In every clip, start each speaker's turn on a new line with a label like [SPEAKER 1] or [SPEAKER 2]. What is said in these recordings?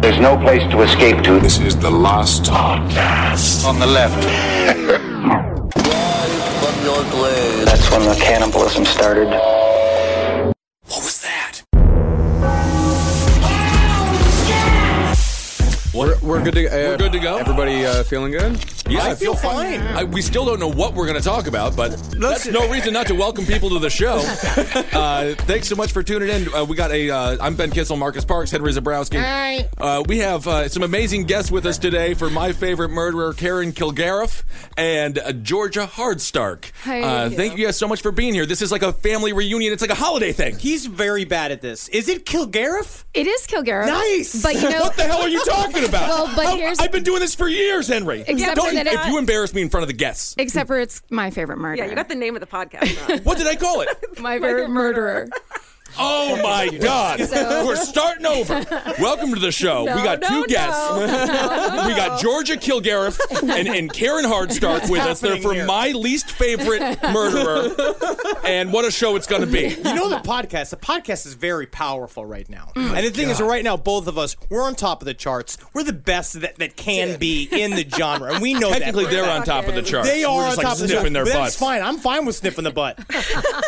[SPEAKER 1] There's no place to escape to.
[SPEAKER 2] This is the last
[SPEAKER 1] On the left. That's when the cannibalism started. What was that?
[SPEAKER 3] We're, we're good to uh, we're good to go. Everybody uh, feeling good?
[SPEAKER 4] Yeah, I feel fine.
[SPEAKER 3] I, we still don't know what we're going to talk about, but that's no reason not to welcome people to the show. Uh, thanks so much for tuning in. Uh, we got a. Uh, I'm Ben Kissel, Marcus Parks, Henry Zabrowski.
[SPEAKER 5] Hi.
[SPEAKER 3] Uh, we have uh, some amazing guests with us today for my favorite murderer, Karen Kilgariff, and uh, Georgia Hardstark.
[SPEAKER 5] Hi.
[SPEAKER 3] Uh, thank you guys so much for being here. This is like a family reunion. It's like a holiday thing.
[SPEAKER 6] He's very bad at this. Is it Kilgariff?
[SPEAKER 5] It is Kilgariff.
[SPEAKER 6] Nice.
[SPEAKER 5] But you know
[SPEAKER 3] What the hell are you talking about?
[SPEAKER 5] Well, but
[SPEAKER 3] How-
[SPEAKER 5] here's-
[SPEAKER 3] I've been doing this for years, Henry.
[SPEAKER 5] Except
[SPEAKER 3] Don't-
[SPEAKER 5] that it-
[SPEAKER 3] if you embarrass me in front of the guests.
[SPEAKER 5] Except for it's my favorite murder.
[SPEAKER 7] Yeah, you got the name of the podcast wrong.
[SPEAKER 3] What did I call it?
[SPEAKER 5] my favorite murderer.
[SPEAKER 3] Oh my God. We're starting over. Welcome to the show. we got
[SPEAKER 5] no,
[SPEAKER 3] two
[SPEAKER 5] no.
[SPEAKER 3] guests. We got Georgia Kilgariff and, and Karen Hardstark with us. They're
[SPEAKER 6] happening
[SPEAKER 3] for
[SPEAKER 6] here?
[SPEAKER 3] my least favorite murderer. and what a show it's going to be.
[SPEAKER 6] You know the podcast. The podcast is very powerful right now. and the thing is, right now, both of us, we're on top of the charts. We're the best that, that can be in the genre. And we know that.
[SPEAKER 3] Technically,
[SPEAKER 6] for a
[SPEAKER 3] they're
[SPEAKER 6] fact.
[SPEAKER 3] on top of the charts.
[SPEAKER 6] They
[SPEAKER 3] We're
[SPEAKER 6] are on
[SPEAKER 3] just,
[SPEAKER 6] top
[SPEAKER 3] like,
[SPEAKER 6] of the
[SPEAKER 3] sniffing
[SPEAKER 6] charts.
[SPEAKER 3] their
[SPEAKER 6] But
[SPEAKER 3] butts.
[SPEAKER 6] That's fine. I'm fine with sniffing the butt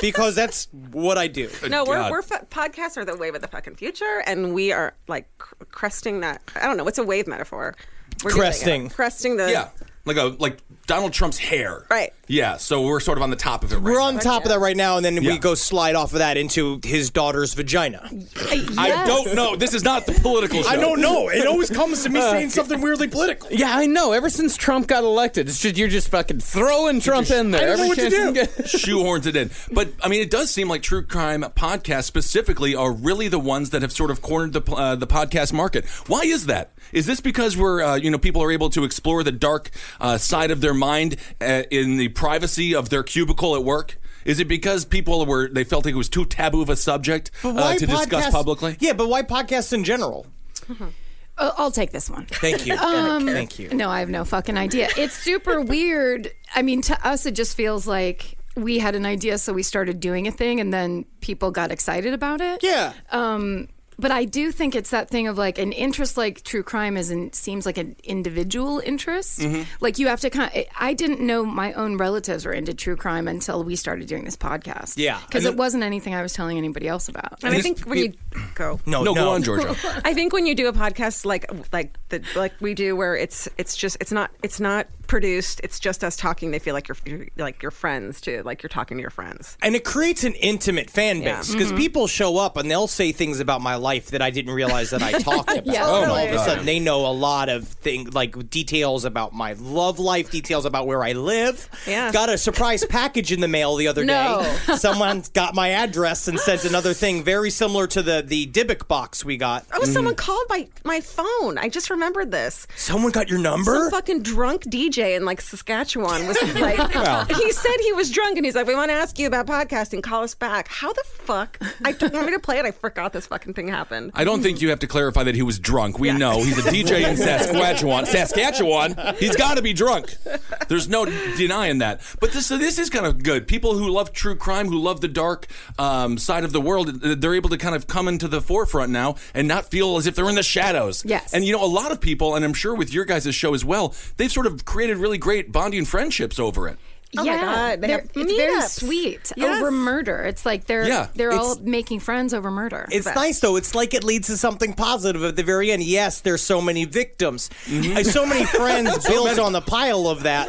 [SPEAKER 6] because that's what I do.
[SPEAKER 7] No, we're,
[SPEAKER 3] God.
[SPEAKER 7] we're f- podcasts are the wave of the fucking future, and we are like cr- cresting that. I don't know what's a wave metaphor. We're doing it.
[SPEAKER 6] Cresting.
[SPEAKER 7] cresting the.
[SPEAKER 3] Yeah. Like a like Donald Trump's hair.
[SPEAKER 7] Right.
[SPEAKER 3] Yeah. So we're sort of on the top of it right
[SPEAKER 6] We're on
[SPEAKER 3] now.
[SPEAKER 6] top of that right now, and then
[SPEAKER 3] Yeah.
[SPEAKER 6] we go slide off of that into his daughter's vagina.
[SPEAKER 3] I don't know. This is not the political show.
[SPEAKER 6] I don't know. It always comes to me saying something weirdly political.
[SPEAKER 8] Yeah, I know. Ever since Trump got elected, it's just you're just fucking throwing Trump in there.
[SPEAKER 6] I don't
[SPEAKER 8] Every
[SPEAKER 6] know what to
[SPEAKER 8] chance you
[SPEAKER 6] do.
[SPEAKER 8] can get.
[SPEAKER 3] shoehorns it in. But I mean, it does seem like true crime podcasts specifically are really the ones that have sort of cornered the uh, the podcast market. Why is that? Is this because we're uh, you know people are able to explore the dark uh, side of their mind uh, in the privacy of their cubicle at work? Is it because people were they felt like it was too taboo of a subject uh, to discuss
[SPEAKER 6] podcasts-
[SPEAKER 3] publicly?
[SPEAKER 6] Yeah, but why podcasts in general?
[SPEAKER 5] Uh, I'll take this one.
[SPEAKER 6] Thank you. Thank you.
[SPEAKER 5] No, I have no fucking idea. It's super weird. I mean, to us, it just feels like we had an idea, so we started doing a thing, and then people got excited about it.
[SPEAKER 6] Yeah.
[SPEAKER 5] Um, but I do think it's that thing of like an interest, like true crime, is an, seems like an individual interest.
[SPEAKER 3] Mm-hmm.
[SPEAKER 5] Like you have to kind. Of, I didn't know my own relatives were into true crime until we started doing this podcast.
[SPEAKER 6] Yeah.
[SPEAKER 5] because
[SPEAKER 6] And
[SPEAKER 5] it wasn't anything I was telling anybody else about.
[SPEAKER 7] And I think when you go,
[SPEAKER 6] No,
[SPEAKER 3] No, go on, Georgia.
[SPEAKER 7] I think when you do a podcast like like the like we do, where it's it's just it's not it's not produced. It's just us talking. They feel like you're, you're like your friends too. Like you're talking to your friends.
[SPEAKER 6] And it creates an intimate fan
[SPEAKER 7] Yeah.
[SPEAKER 6] base because people show up and they'll say things about my life that I didn't realize that I talked about.
[SPEAKER 5] Yeah.
[SPEAKER 6] And
[SPEAKER 5] Oh,
[SPEAKER 6] all of a
[SPEAKER 3] God.
[SPEAKER 6] sudden, they know a lot of things, like details about my love life, details about where I live.
[SPEAKER 7] Yeah.
[SPEAKER 6] Got a surprise package in the mail the other
[SPEAKER 5] No.
[SPEAKER 6] day. Someone got my address and sent another thing very similar to the the Dybbuk box we got.
[SPEAKER 7] Oh, someone called my my phone. I just remembered this.
[SPEAKER 6] Someone got your number.
[SPEAKER 7] Some fucking drunk DJ in like Saskatchewan was like, he said he was drunk, and he's like, "We want to ask you about podcasting. Call us back." How the fuck? I don't want me to play it. I forgot this fucking thing happened.
[SPEAKER 3] I don't think you have to clarify that he was drunk. We know he's a DJ in Saskatchewan. Saskatchewan. He's got to be drunk. There's no denying that. But this this is kind of good. People who love true crime, who love the dark um, side of the world, th- they're able to kind of come into the forefront now and not feel as if they're in the shadows.
[SPEAKER 5] Yes.
[SPEAKER 3] And you know, a lot of people, and I'm sure with your guys' show as well, they've sort of created really great bonding friendships over it.
[SPEAKER 7] Oh my
[SPEAKER 5] yeah,
[SPEAKER 7] God, they
[SPEAKER 5] they're-
[SPEAKER 7] have
[SPEAKER 5] it's very
[SPEAKER 7] meetups.
[SPEAKER 5] sweet
[SPEAKER 7] Yes.
[SPEAKER 5] over murder. It's like they're
[SPEAKER 3] Yeah,
[SPEAKER 5] they're all
[SPEAKER 6] it's-
[SPEAKER 5] making friends over murder.
[SPEAKER 6] It's nice though. It's like it leads to something positive at the very end. Yes, there's so many victims, Uh, so many friends built on the pile of that,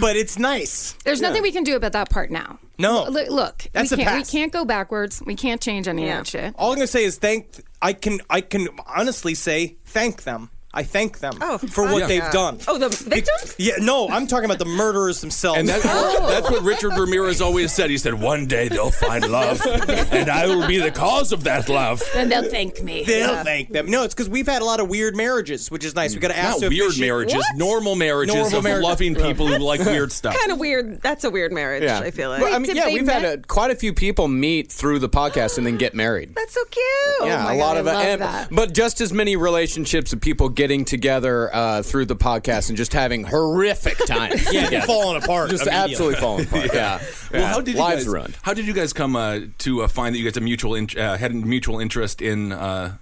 [SPEAKER 6] but it's nice.
[SPEAKER 5] There's nothing we can do about that part now. Uh,
[SPEAKER 6] No.
[SPEAKER 5] Look, look
[SPEAKER 6] That's
[SPEAKER 5] we,
[SPEAKER 6] the
[SPEAKER 5] can't, we
[SPEAKER 6] past.
[SPEAKER 5] can't go backwards. We can't change any
[SPEAKER 7] Yeah.
[SPEAKER 5] of that shit.
[SPEAKER 6] All I'm gonna say is thank. I can I can honestly say thank them. I thank them
[SPEAKER 7] Oh,
[SPEAKER 6] for
[SPEAKER 7] fuck
[SPEAKER 6] what
[SPEAKER 7] yeah.
[SPEAKER 6] they've done.
[SPEAKER 7] Oh, the victims?
[SPEAKER 6] Yeah, no, I'm talking about the murderers themselves.
[SPEAKER 3] And that,
[SPEAKER 5] Oh.
[SPEAKER 3] that's what Richard Ramirez always said. He said, "One day they'll find love, and I will be the cause of that love."
[SPEAKER 5] And they'll thank me.
[SPEAKER 6] They'll thank them. No, it's because we've had a lot of weird marriages, which is nice. We got to ask
[SPEAKER 3] Not weird marriages, normal marriages
[SPEAKER 6] Normal
[SPEAKER 3] of
[SPEAKER 6] marriage-
[SPEAKER 3] loving people who like weird stuff.
[SPEAKER 7] Kind of weird. That's a weird marriage,
[SPEAKER 8] Yeah.
[SPEAKER 7] I feel like.
[SPEAKER 8] But, I mean,
[SPEAKER 5] did
[SPEAKER 8] yeah,
[SPEAKER 5] they
[SPEAKER 8] we've had
[SPEAKER 5] met-
[SPEAKER 8] a, quite a few people meet through the podcast and then get married.
[SPEAKER 7] That's so cute.
[SPEAKER 8] yeah,
[SPEAKER 5] my
[SPEAKER 8] a lot
[SPEAKER 5] God,
[SPEAKER 8] of
[SPEAKER 5] I love
[SPEAKER 8] and-
[SPEAKER 5] that.
[SPEAKER 8] but just as many relationships of people getting together uh, through the podcast and just having horrific times.
[SPEAKER 6] Yeah,
[SPEAKER 8] together.
[SPEAKER 6] falling apart.
[SPEAKER 8] just
[SPEAKER 6] immediately.
[SPEAKER 8] absolutely falling apart. Yeah.
[SPEAKER 3] Well,
[SPEAKER 8] Yeah.
[SPEAKER 3] how did you
[SPEAKER 8] lives
[SPEAKER 3] guys,
[SPEAKER 8] ruined?
[SPEAKER 3] How did you guys come uh, to uh, find that you guys have mutual in, uh, had a mutual interest in uh,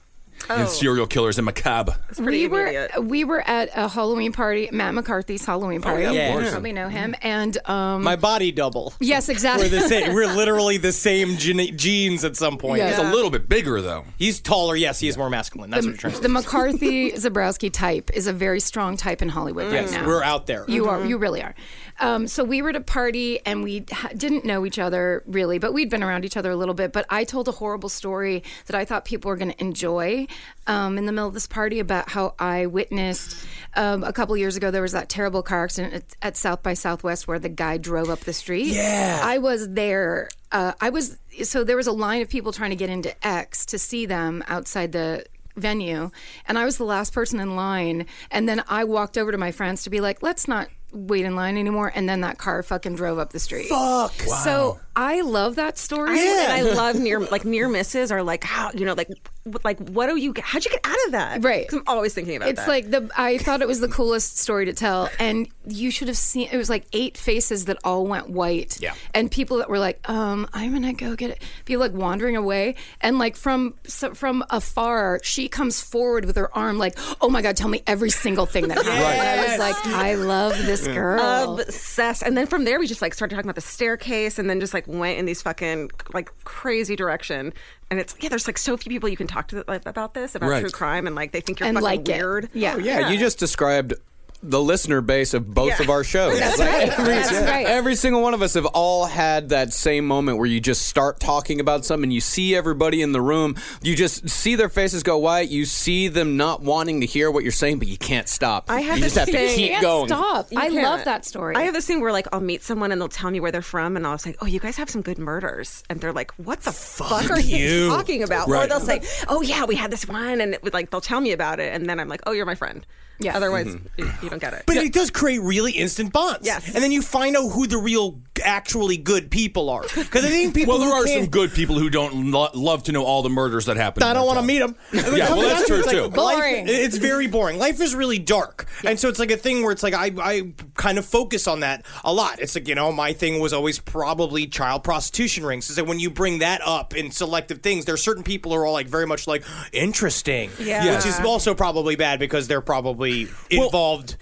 [SPEAKER 5] Oh.
[SPEAKER 3] in serial killers and macabre?
[SPEAKER 7] It's pretty
[SPEAKER 5] we were
[SPEAKER 7] immediate.
[SPEAKER 5] we were at a Halloween party, Matt McCarthy's
[SPEAKER 6] Oh,
[SPEAKER 5] Halloween party.
[SPEAKER 3] yeah, of
[SPEAKER 5] you
[SPEAKER 3] course.
[SPEAKER 5] probably know him. And um,
[SPEAKER 6] My body double.
[SPEAKER 5] yes,
[SPEAKER 6] We're
[SPEAKER 5] exactly.
[SPEAKER 6] the same. We're literally the same gene- genes at some point.
[SPEAKER 5] Yeah.
[SPEAKER 3] It's a little bit bigger though.
[SPEAKER 6] He's taller. Yes, he is more masculine. That's what you're trying to
[SPEAKER 5] the McCarthy Zabrowski type is a very strong type in Hollywood
[SPEAKER 6] Mm.
[SPEAKER 5] right
[SPEAKER 6] Yes,
[SPEAKER 5] now.
[SPEAKER 6] we're out there.
[SPEAKER 5] You are. You really are. Um, so we were at a party and we ha- didn't know each other really, but we'd been around each other a little bit. But I told a horrible story that I thought people were going to enjoy um, in the middle of this party about how I witnessed um, a couple years ago there was that terrible car accident at, at South by Southwest where the guy drove up the street. Yeah, I was there. Uh, I was so there was a line of people trying to get into X to see them outside the venue and I was the last person in line and then I walked over to my friends to be like let's not wait in line anymore and then that car fucking drove up the street. Fuck. So I love that story.
[SPEAKER 7] I, and I love near like near misses are like how you know like w- like what do you get- how'd you get out of that?
[SPEAKER 5] Right.
[SPEAKER 7] 'Cause I'm always thinking about
[SPEAKER 5] It's
[SPEAKER 7] that.
[SPEAKER 5] like the I thought it was the coolest story to tell and you should have seen it was like eight faces that all went white.
[SPEAKER 8] Yeah.
[SPEAKER 5] And people that were like um I'm going to go get it. People like wandering away and like from so from afar she comes forward with her arm like oh my god tell me every single thing that happened. I was like I love this girl.
[SPEAKER 7] Uh, obsessed. And then from there, we just like started talking about the staircase, and then just like went in these fucking like crazy direction. And it's yeah, there's like so few people you can talk to like, about this about
[SPEAKER 3] Right.
[SPEAKER 7] true crime, and like they think you're
[SPEAKER 5] and
[SPEAKER 7] fucking
[SPEAKER 5] like
[SPEAKER 7] weird. Oh,
[SPEAKER 5] it. Yeah.
[SPEAKER 8] Oh, yeah, you just described the listener base of both
[SPEAKER 7] Yeah.
[SPEAKER 8] of our shows. That's
[SPEAKER 5] right. That's right.
[SPEAKER 8] Every single one of us have all had that same moment where you just start talking about something. You see everybody in the room. You just see their faces go white. You see them not wanting to hear what you're saying, but you can't stop.
[SPEAKER 7] I have
[SPEAKER 8] you just
[SPEAKER 7] this
[SPEAKER 8] have to
[SPEAKER 7] thing-
[SPEAKER 8] keep
[SPEAKER 5] Can't
[SPEAKER 8] going.
[SPEAKER 5] stop.
[SPEAKER 7] You
[SPEAKER 5] I
[SPEAKER 7] can't.
[SPEAKER 5] love that story.
[SPEAKER 7] I have this thing where like I'll meet someone and they'll tell me where they're from, and I'll say, "Oh, you guys have some good murders," and they're like, "What the fuck, are you talking about?" Or
[SPEAKER 3] Right.
[SPEAKER 7] they'll say, "Oh yeah, we had this one," and it would, like they'll tell me about it, and then I'm like, "Oh, you're my friend."
[SPEAKER 5] Yeah.
[SPEAKER 7] Otherwise,
[SPEAKER 8] Mm-hmm.
[SPEAKER 7] you, you don't get it.
[SPEAKER 6] But it does create really instant bonds.
[SPEAKER 7] Yes.
[SPEAKER 6] And then you find out who the real, actually good people are. Because I think people.
[SPEAKER 3] Well, there
[SPEAKER 6] who
[SPEAKER 3] are
[SPEAKER 6] can't-
[SPEAKER 3] some good people who don't lo- love to know all the murders that happened.
[SPEAKER 6] I don't want to meet them.
[SPEAKER 3] Yeah, well, that's true, too.
[SPEAKER 5] Boring.
[SPEAKER 6] it's very boring. Life is really dark, and so it's like a thing where it's like I, I kind of focus on that a lot. It's like you know, my thing was always probably child prostitution rings. It's like when you bring that up in selective things, there are certain people who are all like very much like interesting,
[SPEAKER 7] Yeah.
[SPEAKER 6] which is also probably bad because they're probably involved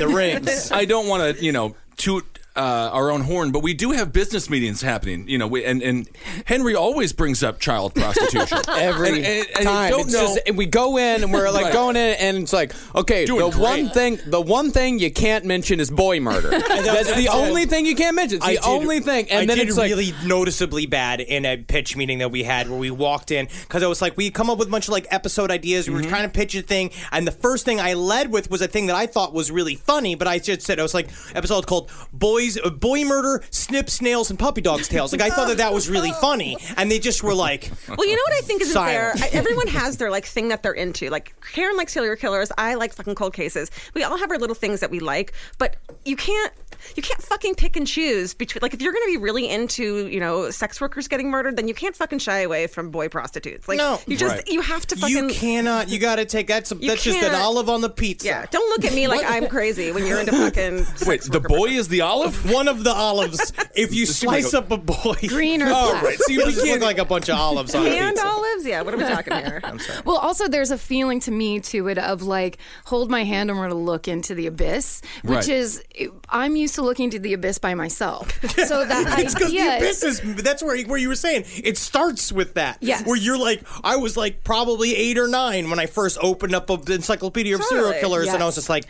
[SPEAKER 6] the rings.
[SPEAKER 3] I don't want to, you know, toot uh, our own horn, but we do have business meetings happening. You know, we, and and Henry always brings up child prostitution
[SPEAKER 8] Every
[SPEAKER 3] And- and- and you
[SPEAKER 8] time,
[SPEAKER 3] don't
[SPEAKER 8] it's
[SPEAKER 3] know-
[SPEAKER 8] just and we go in and we're like
[SPEAKER 3] Right.
[SPEAKER 8] going in, and it's like, okay,
[SPEAKER 3] Doing
[SPEAKER 8] the
[SPEAKER 3] great.
[SPEAKER 8] one thing, the one thing you can't mention is boy murder. that's the
[SPEAKER 6] that's
[SPEAKER 8] only
[SPEAKER 6] it.
[SPEAKER 8] thing you can't mention. It's the
[SPEAKER 6] I did-
[SPEAKER 8] only thing, and
[SPEAKER 6] I
[SPEAKER 8] then
[SPEAKER 6] did
[SPEAKER 8] it's like,
[SPEAKER 6] really noticeably bad in a pitch meeting that we had where we walked in because I was like, we come up with a bunch of like episode ideas. We were trying to pitch a thing, and the first thing I led with was a thing that I thought was really funny, but I just said I was like, episode called "Boys, uh, Boy Murder, Snip, Snails, and Puppy Dogs Tales." Like I thought that that was really funny, and they just were like,
[SPEAKER 7] Well, you know what I think is there.
[SPEAKER 6] Silent.
[SPEAKER 7] Everyone has their like thing that they're into. Like Karen likes serial killers. I like fucking cold cases. We all have our little things that we like, but you can't. You can't fucking pick and choose between like if you're gonna be really into you know sex workers getting murdered, then you can't fucking shy away from boy prostitutes. Like
[SPEAKER 6] No.
[SPEAKER 7] you just
[SPEAKER 3] Right.
[SPEAKER 7] you have to
[SPEAKER 6] "You
[SPEAKER 7] fucking
[SPEAKER 6] cannot, you got to take that's a,
[SPEAKER 7] You
[SPEAKER 6] that's just an
[SPEAKER 7] can't-
[SPEAKER 6] olive on the pizza."
[SPEAKER 7] yeah. Don't look at me like I'm crazy when you're into fucking. sex
[SPEAKER 3] Wait, the
[SPEAKER 7] worker
[SPEAKER 3] boy is the olive?
[SPEAKER 6] One of the olives. If you slice up a boy,
[SPEAKER 5] Green or
[SPEAKER 6] oh,
[SPEAKER 5] black.
[SPEAKER 6] right. So you just look like a bunch of olives on a
[SPEAKER 7] And
[SPEAKER 6] pizza.
[SPEAKER 7] olives, yeah. What are we talking here?
[SPEAKER 5] Well, also there's a feeling to me to it of like hold my hand and we're gonna look into the abyss, which
[SPEAKER 3] Right.
[SPEAKER 5] is I'm used used to looking to the abyss by myself. So that
[SPEAKER 6] It's because
[SPEAKER 5] idea
[SPEAKER 6] the abyss is that's where where you were saying it starts with that.
[SPEAKER 5] Yes.
[SPEAKER 6] Where you're like, I was like probably eight or nine when I first opened up the Encyclopedia of Serial
[SPEAKER 7] Totally.
[SPEAKER 6] Killers, and I was
[SPEAKER 5] Yes.
[SPEAKER 6] just like,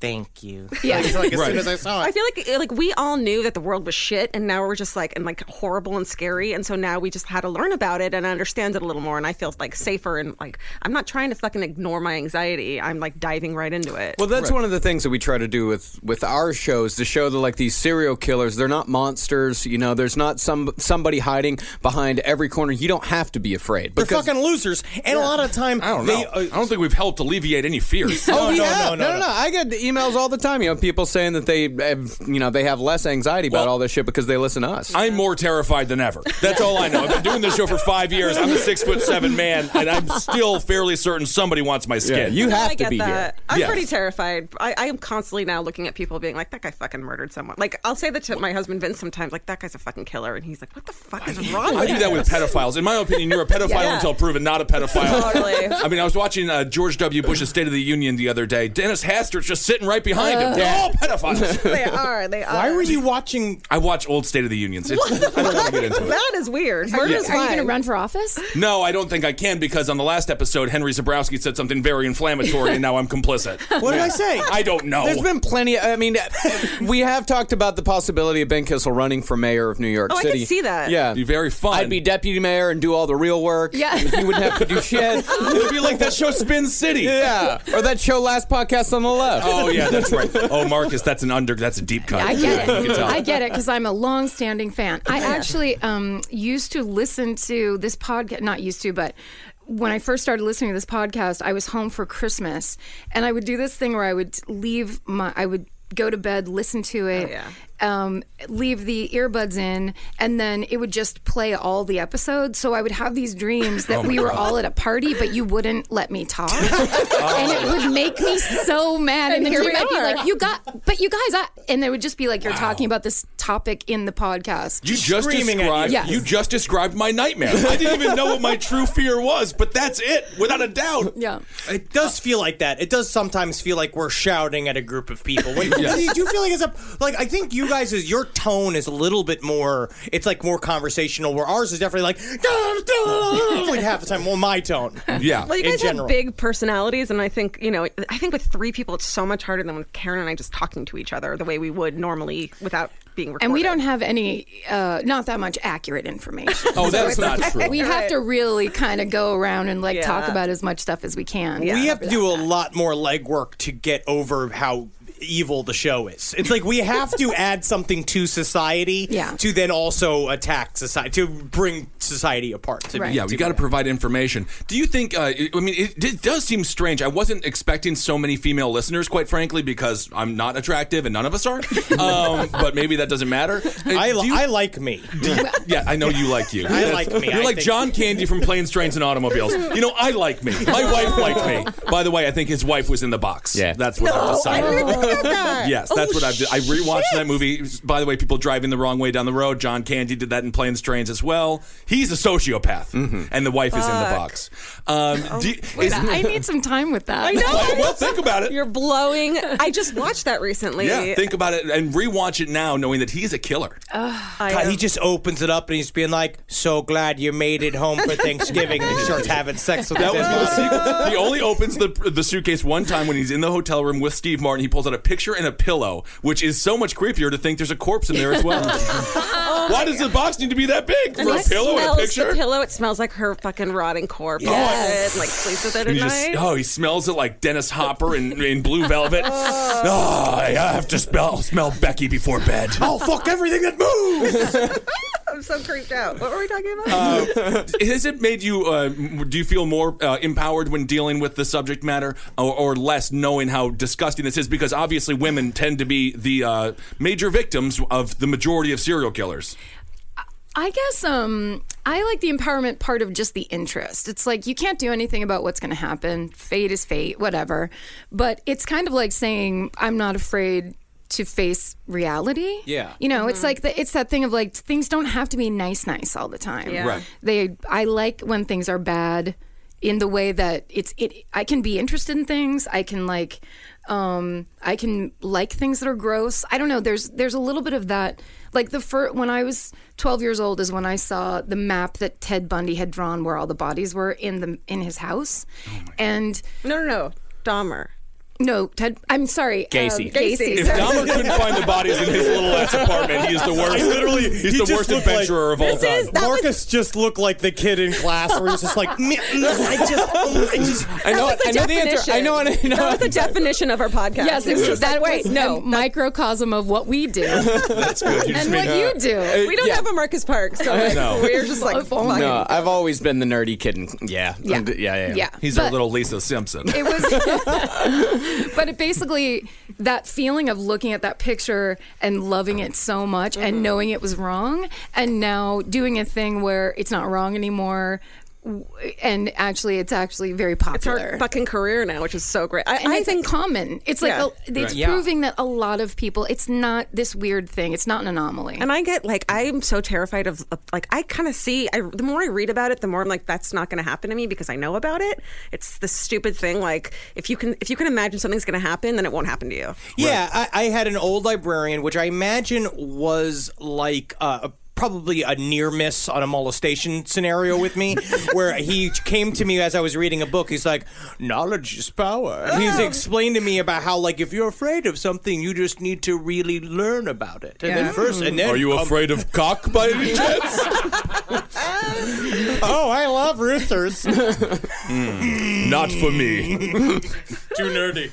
[SPEAKER 6] thank you.
[SPEAKER 5] Yeah.
[SPEAKER 6] Like, it's like as
[SPEAKER 3] Right.
[SPEAKER 6] soon as I saw
[SPEAKER 7] I
[SPEAKER 6] it.
[SPEAKER 7] feel like like we all knew that the world was shit, and now we're just like and like horrible and scary, and so now we just had to learn about it and understand it a little more, and I feel like safer and like I'm not trying to fucking ignore my anxiety. I'm like diving right into it.
[SPEAKER 8] Well, that's one of the things that we try to do with with our shows to show that like these serial killers, they're not monsters. You know, there's not some somebody hiding behind every corner. You don't have to be afraid.
[SPEAKER 6] They're
[SPEAKER 8] because-
[SPEAKER 6] fucking losers, and a lot of time
[SPEAKER 3] I don't know.
[SPEAKER 6] they, uh,
[SPEAKER 3] I don't think we've helped alleviate any fears.
[SPEAKER 6] No,
[SPEAKER 8] Oh, we
[SPEAKER 6] no,
[SPEAKER 8] have.
[SPEAKER 6] no,
[SPEAKER 8] No,
[SPEAKER 6] no,
[SPEAKER 8] no,
[SPEAKER 6] no.
[SPEAKER 8] I get emails all the time. You know, people saying that they, have, you know, they have less anxiety about
[SPEAKER 3] Well-
[SPEAKER 8] all this shit because they listen to us.
[SPEAKER 3] I'm more terrified than ever. That's all I know. I've been doing this show for five years. I'm a six foot seven man, and I'm still fairly certain somebody wants my
[SPEAKER 8] yeah,
[SPEAKER 3] skin.
[SPEAKER 8] you
[SPEAKER 7] No,
[SPEAKER 8] have
[SPEAKER 7] I
[SPEAKER 8] to
[SPEAKER 7] get
[SPEAKER 8] be
[SPEAKER 7] that.
[SPEAKER 8] here.
[SPEAKER 7] I'm
[SPEAKER 3] Yeah.
[SPEAKER 7] pretty terrified. I, I am constantly now looking at people being like, "That guy fucking murdered someone." Like I'll say that to my husband Vince sometimes, like, "That guy's a fucking killer," and he's like, "What the fuck is wrong?"
[SPEAKER 3] I do that
[SPEAKER 7] you?"
[SPEAKER 3] with pedophiles. In my opinion, you're a pedophile
[SPEAKER 7] Yeah.
[SPEAKER 3] until proven not a pedophile.
[SPEAKER 7] Totally.
[SPEAKER 3] I mean, I was watching uh, George W. Bush's State of the Union the other day. Dennis Hastert's just sitting right behind
[SPEAKER 5] Uh.
[SPEAKER 3] him. They're all pedophiles.
[SPEAKER 7] They are. They are.
[SPEAKER 6] Why were you watching?
[SPEAKER 3] I watch old State of the Unions. It's, I don't want to get into it.
[SPEAKER 7] That is weird.
[SPEAKER 5] Are you,
[SPEAKER 7] Murder's
[SPEAKER 5] are you going to
[SPEAKER 7] fine.
[SPEAKER 5] run for office?
[SPEAKER 6] Oh,
[SPEAKER 3] No, I don't think I can because on the last episode, Henry Zabrowski said something very inflammatory, and now I'm complicit.
[SPEAKER 6] What did I say?
[SPEAKER 3] I don't know.
[SPEAKER 8] There's been plenty. I mean, we have talked about the possibility of Ben Kissel running for mayor of New York
[SPEAKER 7] Oh, I could
[SPEAKER 8] City.
[SPEAKER 7] see that.
[SPEAKER 8] Yeah,
[SPEAKER 3] It'd be very fun.
[SPEAKER 8] I'd be deputy mayor and do all the real work.
[SPEAKER 5] Yeah.
[SPEAKER 8] he wouldn't have to do shit.
[SPEAKER 3] It'd be like that show Spin City.
[SPEAKER 8] yeah, or that show last podcast on the left.
[SPEAKER 3] Oh yeah, that's right. Oh, Marcus, that's an under. That's a deep cut.
[SPEAKER 5] I get
[SPEAKER 3] You
[SPEAKER 5] it.
[SPEAKER 3] can tell.
[SPEAKER 5] I get it because I'm a long-standing fan. I actually um, used to listen to this podcast. Not used to, but when I first started listening to this podcast, I was home for Christmas, and I would do this thing where I would leave my. I would go to bed, listen to it.
[SPEAKER 7] yeah.
[SPEAKER 5] Um, leave the earbuds in, and then it would just play all the episodes. So I would have these dreams that we were all at a party, but you wouldn't let me talk, and it would make me so mad. And, then
[SPEAKER 7] here
[SPEAKER 5] you
[SPEAKER 7] we
[SPEAKER 5] might be
[SPEAKER 7] are.
[SPEAKER 5] like, you got, but you guys, I, and it would just be like you're talking about this topic in the podcast.
[SPEAKER 3] You just
[SPEAKER 6] Screaming at
[SPEAKER 3] described.
[SPEAKER 5] you. Yes.
[SPEAKER 3] You just described my nightmare. I didn't even know what my true fear was, but that's it, without a doubt.
[SPEAKER 5] yeah.
[SPEAKER 6] It does feel like that. It does sometimes feel like we're shouting at a group of people. When, Do you feel like it's a like? I think you guys is your tone is a little bit more. It's like more conversational. Where ours is definitely like like half the time. Well, my tone.
[SPEAKER 3] Yeah.
[SPEAKER 7] Well, you
[SPEAKER 6] in
[SPEAKER 7] guys have
[SPEAKER 6] general.
[SPEAKER 7] big personalities, and I think you know. I think with three people, it's so much harder than with Karen and I just talking to each other the way we would normally without being recorded.
[SPEAKER 5] And we don't have any, uh, not that much accurate information.
[SPEAKER 3] Oh, that's not true.
[SPEAKER 5] We have to really kind of go around and like talk
[SPEAKER 7] Yeah.
[SPEAKER 5] about as much stuff as we can.
[SPEAKER 6] We have to do a lot more legwork to get over how evil the show is. It's like we have to add something to society
[SPEAKER 5] Yeah.
[SPEAKER 6] to then also attack society to bring society apart. To
[SPEAKER 5] Right.
[SPEAKER 3] Yeah, we got to provide information. Do you think? Uh, I I mean, it, it does seem strange. I wasn't expecting so many female listeners, quite frankly, because I'm not attractive and none of us are. Um, but maybe that doesn't matter.
[SPEAKER 6] I,
[SPEAKER 3] do
[SPEAKER 6] li-
[SPEAKER 3] you-
[SPEAKER 6] I like me.
[SPEAKER 3] yeah, I know you like you.
[SPEAKER 6] I like me.
[SPEAKER 3] You're
[SPEAKER 6] I
[SPEAKER 3] like
[SPEAKER 6] think-
[SPEAKER 3] John Candy from Planes, Trains, and Automobiles. You know, I like me. My wife liked me. By the way, I think his wife was in the box.
[SPEAKER 8] Yeah.
[SPEAKER 3] that's what I've
[SPEAKER 8] Oh,
[SPEAKER 3] decided. Yes, that's
[SPEAKER 7] Oh,
[SPEAKER 3] what I've. I rewatched that movie. By the way, people driving the wrong way down the road. John Candy did that in Planes, Trains as well. He's a sociopath,
[SPEAKER 6] Mm-hmm.
[SPEAKER 3] and the wife is in the box. Um, do you- is-
[SPEAKER 5] I need some time with that. I
[SPEAKER 7] No,
[SPEAKER 3] well, think about it.
[SPEAKER 7] you're blowing. I just watched that recently.
[SPEAKER 3] yeah, think about it and rewatch it now, knowing that he's a killer.
[SPEAKER 7] I
[SPEAKER 6] God,
[SPEAKER 7] am-
[SPEAKER 6] he just opens it up and he's being like, "So glad you made it home for Thanksgiving." and he starts having sex with
[SPEAKER 3] That
[SPEAKER 7] Oh,
[SPEAKER 6] his
[SPEAKER 3] was the
[SPEAKER 6] mom.
[SPEAKER 3] secret. He only opens the the suitcase one time when he's in the hotel room with Steve Martin. He pulls out a picture and a pillow, which is so much creepier to think there's a corpse in there as well. Why does the box need to be that big for a
[SPEAKER 7] Oh It
[SPEAKER 3] pillow and a
[SPEAKER 7] smells
[SPEAKER 3] picture?
[SPEAKER 7] The pillow. It smells like her fucking rotting corpse.
[SPEAKER 3] Yes.
[SPEAKER 7] And, like sleeps with it at
[SPEAKER 3] And
[SPEAKER 7] night.
[SPEAKER 3] he just, oh, he smells it like Dennis Hopper in, in Blue Velvet. oh, I have to smell, smell Becky before bed.
[SPEAKER 6] I'll fuck everything that moves.
[SPEAKER 7] I'm so creeped out. What were we talking about?
[SPEAKER 8] Uh,
[SPEAKER 3] Has it made you? Uh, m- do you feel more uh, empowered when dealing with the subject matter, or, or less knowing how disgusting this is? Because obviously, women tend to be the uh, major victims of the majority of serial killers.
[SPEAKER 5] I guess um, I like the empowerment part of just the interest. It's like you can't do anything about what's going to happen. Fate is fate, whatever. But it's kind of like saying I'm not afraid to face reality.
[SPEAKER 8] Yeah.
[SPEAKER 5] you know,
[SPEAKER 7] Mm-hmm.
[SPEAKER 5] it's like the, it's that thing of like things don't have to be nice, nice all the time.
[SPEAKER 7] Yeah. Right.
[SPEAKER 5] They, I like when things are bad. in the way that it's it I can be interested in things. I can like um I can like things that are gross. I don't know. There's there's a little bit of that like the fir- when I was 12 years old is when I saw the map that Ted Bundy had drawn where all the bodies were in the in his house. and
[SPEAKER 7] No, no, no. Dahmer.
[SPEAKER 5] no, Ted I'm sorry.
[SPEAKER 8] Gacy.
[SPEAKER 5] um, Gacy.
[SPEAKER 3] If
[SPEAKER 5] sorry.
[SPEAKER 3] Dahmer couldn't find the bodies in his little ass apartment, he is the worst.
[SPEAKER 6] I literally-
[SPEAKER 3] he's
[SPEAKER 6] he
[SPEAKER 3] the
[SPEAKER 6] just
[SPEAKER 3] worst
[SPEAKER 6] looked like-
[SPEAKER 3] adventurer of all
[SPEAKER 7] This
[SPEAKER 3] time.
[SPEAKER 7] is- That was-
[SPEAKER 6] Marcus just looked like the kid in class where he was just like, "Meh, mm, I just, I just.
[SPEAKER 8] I know,
[SPEAKER 7] That was
[SPEAKER 8] I know the answer. I know, I know.
[SPEAKER 7] That was the definition of our podcast.
[SPEAKER 5] Yes,
[SPEAKER 7] It was just
[SPEAKER 5] that
[SPEAKER 7] like, wait,
[SPEAKER 5] was
[SPEAKER 7] no.
[SPEAKER 5] a microcosm of what we do
[SPEAKER 3] That's good. You just
[SPEAKER 5] and
[SPEAKER 3] made-
[SPEAKER 5] what you do.
[SPEAKER 7] We don't
[SPEAKER 8] Uh, Yeah.
[SPEAKER 7] have a Marcus Park, so like,
[SPEAKER 3] No.
[SPEAKER 7] we're just like, fuck it.
[SPEAKER 8] No, I've always been the nerdy kid. And, yeah.
[SPEAKER 5] Yeah.
[SPEAKER 8] yeah, yeah, yeah.
[SPEAKER 5] Yeah.
[SPEAKER 3] He's our
[SPEAKER 5] But-
[SPEAKER 3] little Lisa Simpson.
[SPEAKER 5] It was, but it basically that feeling of looking at that picture and loving it so much
[SPEAKER 7] Mm-hmm.
[SPEAKER 5] and knowing it was wrong, and now doing a thing where it's not wrong anymore, w- and actually it's actually very
[SPEAKER 7] It's
[SPEAKER 5] popular.
[SPEAKER 7] our fucking career now, which is so great. I,
[SPEAKER 5] and
[SPEAKER 7] I
[SPEAKER 5] it's
[SPEAKER 7] think
[SPEAKER 5] common. It's like
[SPEAKER 7] Yeah.
[SPEAKER 5] a, it's
[SPEAKER 8] Yeah.
[SPEAKER 5] proving that a lot of people. It's not this weird thing. It's not an anomaly.
[SPEAKER 7] And I get like I'm so terrified of of- like I kind of see. I the more I read about it, the more I'm like that's not going to happen to me because I know about it. It's the stupid thing. Like if you can if you can imagine something's going to happen, then it won't happen to you.
[SPEAKER 6] Yeah, I, I had an old librarian, which I imagine was like uh, a Probably a near miss on a molestation scenario with me, where he came to me as I was reading a book. He's like, "Knowledge is power." And
[SPEAKER 8] Oh.
[SPEAKER 6] he's explained to me about how, like, if you're afraid of something, you just need to really learn about it. And then first, and then
[SPEAKER 3] Are you
[SPEAKER 6] come-
[SPEAKER 3] afraid of cock by any chance?
[SPEAKER 6] Oh, I love roosters. Too
[SPEAKER 3] Not for me.
[SPEAKER 6] nerdy.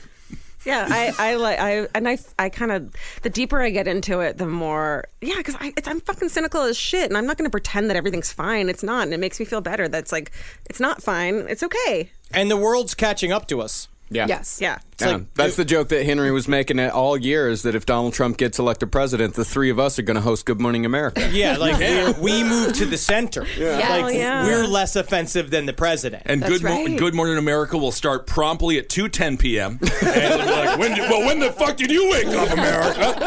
[SPEAKER 7] Yeah, I I like I and I I kind of the deeper I get into it, the more yeah, because I it's, I'm fucking cynical as shit, and I'm not going to pretend that everything's fine. It's not, and it makes me feel better. That's like it's not fine. It's okay.
[SPEAKER 6] And the world's catching up to us.
[SPEAKER 8] Yeah.
[SPEAKER 5] yes.
[SPEAKER 7] Yeah.
[SPEAKER 8] Yeah. That's the joke that Henry was making it all year is that if Donald Trump gets elected president, the three of us are going to host Good Morning America.
[SPEAKER 6] Yeah, like we're- we move to the center.
[SPEAKER 5] Yeah.
[SPEAKER 6] Like
[SPEAKER 5] Oh,
[SPEAKER 7] yeah.
[SPEAKER 6] we're less offensive than the president.
[SPEAKER 3] And
[SPEAKER 5] That's
[SPEAKER 3] good, Mo-
[SPEAKER 5] right.
[SPEAKER 3] good Morning America will start promptly at 2.10 p.m. And they'll be like, when did, well, when the fuck did you wake up, America?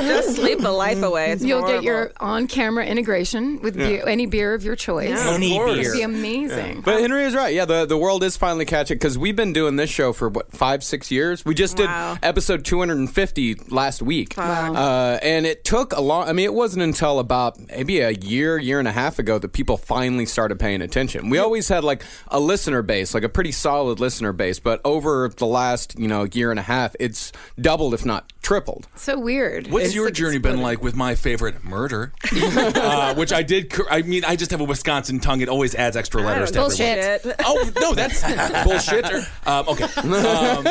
[SPEAKER 7] Just sleep the life away. It's
[SPEAKER 5] You'll
[SPEAKER 7] horrible.
[SPEAKER 5] get your on-camera integration with beer, any beer of your choice.
[SPEAKER 6] Any
[SPEAKER 3] course.
[SPEAKER 5] It'd be
[SPEAKER 6] beer.
[SPEAKER 5] amazing.
[SPEAKER 8] But Henry is right. Yeah, the, the world is finally catching because we've been doing this show for what five, six years. We just
[SPEAKER 7] Wow.
[SPEAKER 8] did episode 250 last week, uh, and it took a long. I mean, it wasn't until about maybe a year, year and a half ago that people finally started paying attention. We always had like a listener base, like a pretty solid listener base, but over the last you know year and a half, it's doubled, if not tripled.
[SPEAKER 5] So weird.
[SPEAKER 3] What's
[SPEAKER 5] It's
[SPEAKER 3] your
[SPEAKER 5] like it's
[SPEAKER 3] journey been
[SPEAKER 5] split.
[SPEAKER 3] like with my favorite murder? uh, which I did, cur- I mean, I just have a Wisconsin tongue. It always adds extra
[SPEAKER 7] Ah,
[SPEAKER 3] letters to
[SPEAKER 5] know.
[SPEAKER 3] everyone. Oh no, that's bullshit. Um, okay, um,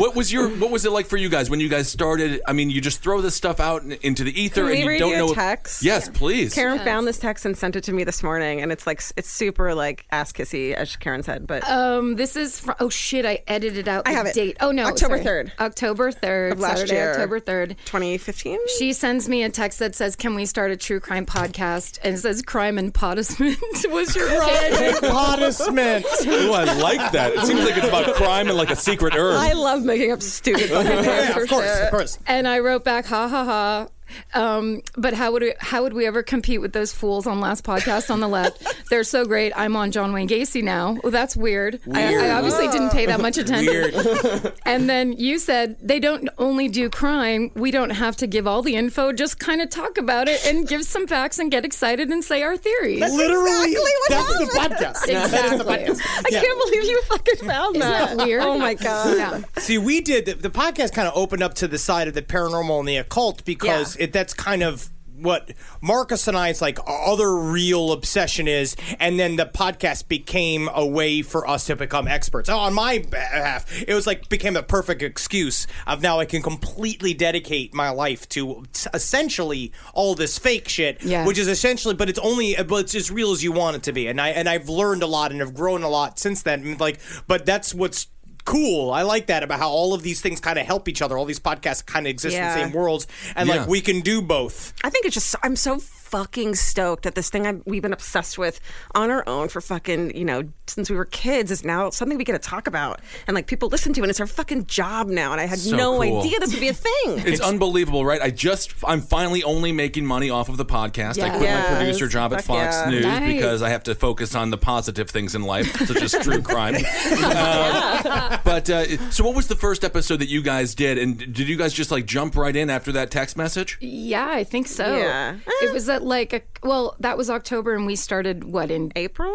[SPEAKER 3] what was your what was it like for you guys when you guys started? I mean, you just throw this stuff out in- into the ether,
[SPEAKER 7] Can we
[SPEAKER 3] and you
[SPEAKER 7] read
[SPEAKER 3] don't
[SPEAKER 7] you a
[SPEAKER 3] know.
[SPEAKER 7] text?
[SPEAKER 3] Yes, please.
[SPEAKER 7] Karen found this text and sent it to me this morning, and it's like it's super like ass kissy, as Karen said. But
[SPEAKER 5] Um, this is fr oh shit! I edited out the
[SPEAKER 7] I have it.
[SPEAKER 5] date. Oh no,
[SPEAKER 7] October
[SPEAKER 5] sorry.
[SPEAKER 7] 3rd.
[SPEAKER 5] October third,
[SPEAKER 7] Of last
[SPEAKER 5] Saturday,
[SPEAKER 7] year.
[SPEAKER 5] October third.
[SPEAKER 7] 2015.
[SPEAKER 5] She sends me a text that says, "Can we start a true crime podcast?" And it says, "Crime and Podisment was your kid."
[SPEAKER 6] Podisment.
[SPEAKER 3] Ooh, I like that. It seems like it's about crime and like a secret herb.
[SPEAKER 7] I love making up stupid fucking names.
[SPEAKER 6] yeah,
[SPEAKER 7] for
[SPEAKER 6] of course,
[SPEAKER 7] shit.
[SPEAKER 6] of course.
[SPEAKER 5] And I wrote back, "Ha ha ha." Um, but how would we, how would we ever compete with those fools on last podcast on the left? They're so great. I'm on John Wayne Gacy now. Well, that's weird. I, I obviously didn't pay that much attention. And then you said they don't only do crime. We don't have to give all the info. Just kind of talk about it and give some facts and get excited and say our theories.
[SPEAKER 6] Literally,
[SPEAKER 7] exactly what
[SPEAKER 6] that's the
[SPEAKER 7] happened.
[SPEAKER 6] podcast. That is the
[SPEAKER 5] exactly. Isn't
[SPEAKER 7] I can't believe you fucking found that.
[SPEAKER 5] that weird?
[SPEAKER 7] Oh my god.
[SPEAKER 5] Yeah.
[SPEAKER 6] See, we did the, the podcast kind of opened up to the side of the paranormal and the occult because
[SPEAKER 5] Yeah.
[SPEAKER 6] it, that's kind of what Marcus and I's like other real obsession is, and then the podcast became a way for us to become experts. Oh, on my behalf, it was like became a perfect excuse of now I can completely dedicate my life to s- essentially all this fake shit,
[SPEAKER 5] Yeah.
[SPEAKER 6] which is essentially, but it's only, but it's as real as you want it to be. And I and I've learned a lot and have grown a lot since then. And, Like, but that's what's cool. I like that about how all of these things kind of help each other. All these podcasts kind of exist in
[SPEAKER 7] Yeah.
[SPEAKER 6] the same worlds, and
[SPEAKER 3] Yeah.
[SPEAKER 6] like we can do both.
[SPEAKER 7] I think it's just so- I'm so fucking stoked that this thing I, we've been obsessed with on our own for fucking, you know, since we were kids is now something we get to talk about and like people listen to and it's our fucking job now. And I had
[SPEAKER 3] So
[SPEAKER 7] no
[SPEAKER 3] cool.
[SPEAKER 7] idea this would be a thing.
[SPEAKER 3] It's, unbelievable, right? I just I'm finally only making money off of the podcast. I quit
[SPEAKER 7] Yes.
[SPEAKER 3] my producer job at
[SPEAKER 7] Fuck
[SPEAKER 3] Fox
[SPEAKER 7] yeah.
[SPEAKER 3] News
[SPEAKER 5] Nice.
[SPEAKER 3] because I have to focus on the positive things in life, such as true crime. Um, but uh, so, what was the first episode that you guys did, and did you guys just like jump right in after that text message?
[SPEAKER 5] Yeah, I think so.
[SPEAKER 7] Yeah. Eh.
[SPEAKER 5] It was at like a well, that was October, and we started what in
[SPEAKER 7] April?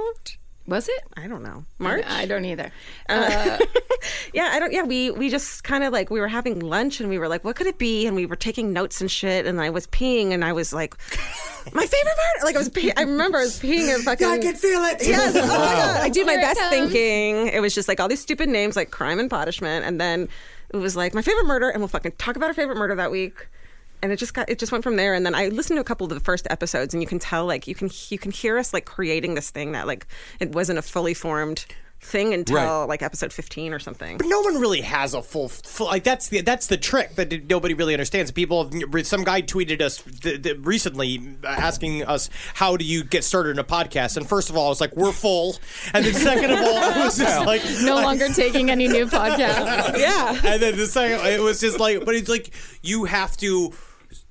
[SPEAKER 5] was it
[SPEAKER 7] I don't know. March?
[SPEAKER 5] I don't either.
[SPEAKER 7] Yeah, I don't. Yeah, we we just kind of like we were having lunch and we were like, what could it be? And we were taking notes and shit. And I was peeing and I was like, my favorite part. Like I was, pee- I remember I was peeing and fucking. I can feel it. Yes. Oh my god. I do my
[SPEAKER 5] Here it
[SPEAKER 7] best
[SPEAKER 5] comes.
[SPEAKER 7] thinking. It was just like all these stupid names like crime and punishment, and then it was like my favorite murder, and we'll fucking talk about our favorite murder that week. And it just got it just went from there. And then I listened to a couple of the first episodes, and you can tell like you can you can hear us like creating this thing that like it wasn't a fully formed thing until
[SPEAKER 3] Right.
[SPEAKER 7] like episode 15 or something.
[SPEAKER 6] no one really has a full, full like that's the that's the trick that nobody really understands. People, have, some guy tweeted us th- th- recently uh, asking us how do you get started in a podcast, and first of all, I was like, we're full, and then second of all, I was just like,
[SPEAKER 5] No longer taking any new podcasts.
[SPEAKER 7] Yeah.
[SPEAKER 6] and then the second, it was just like, but it's like you have to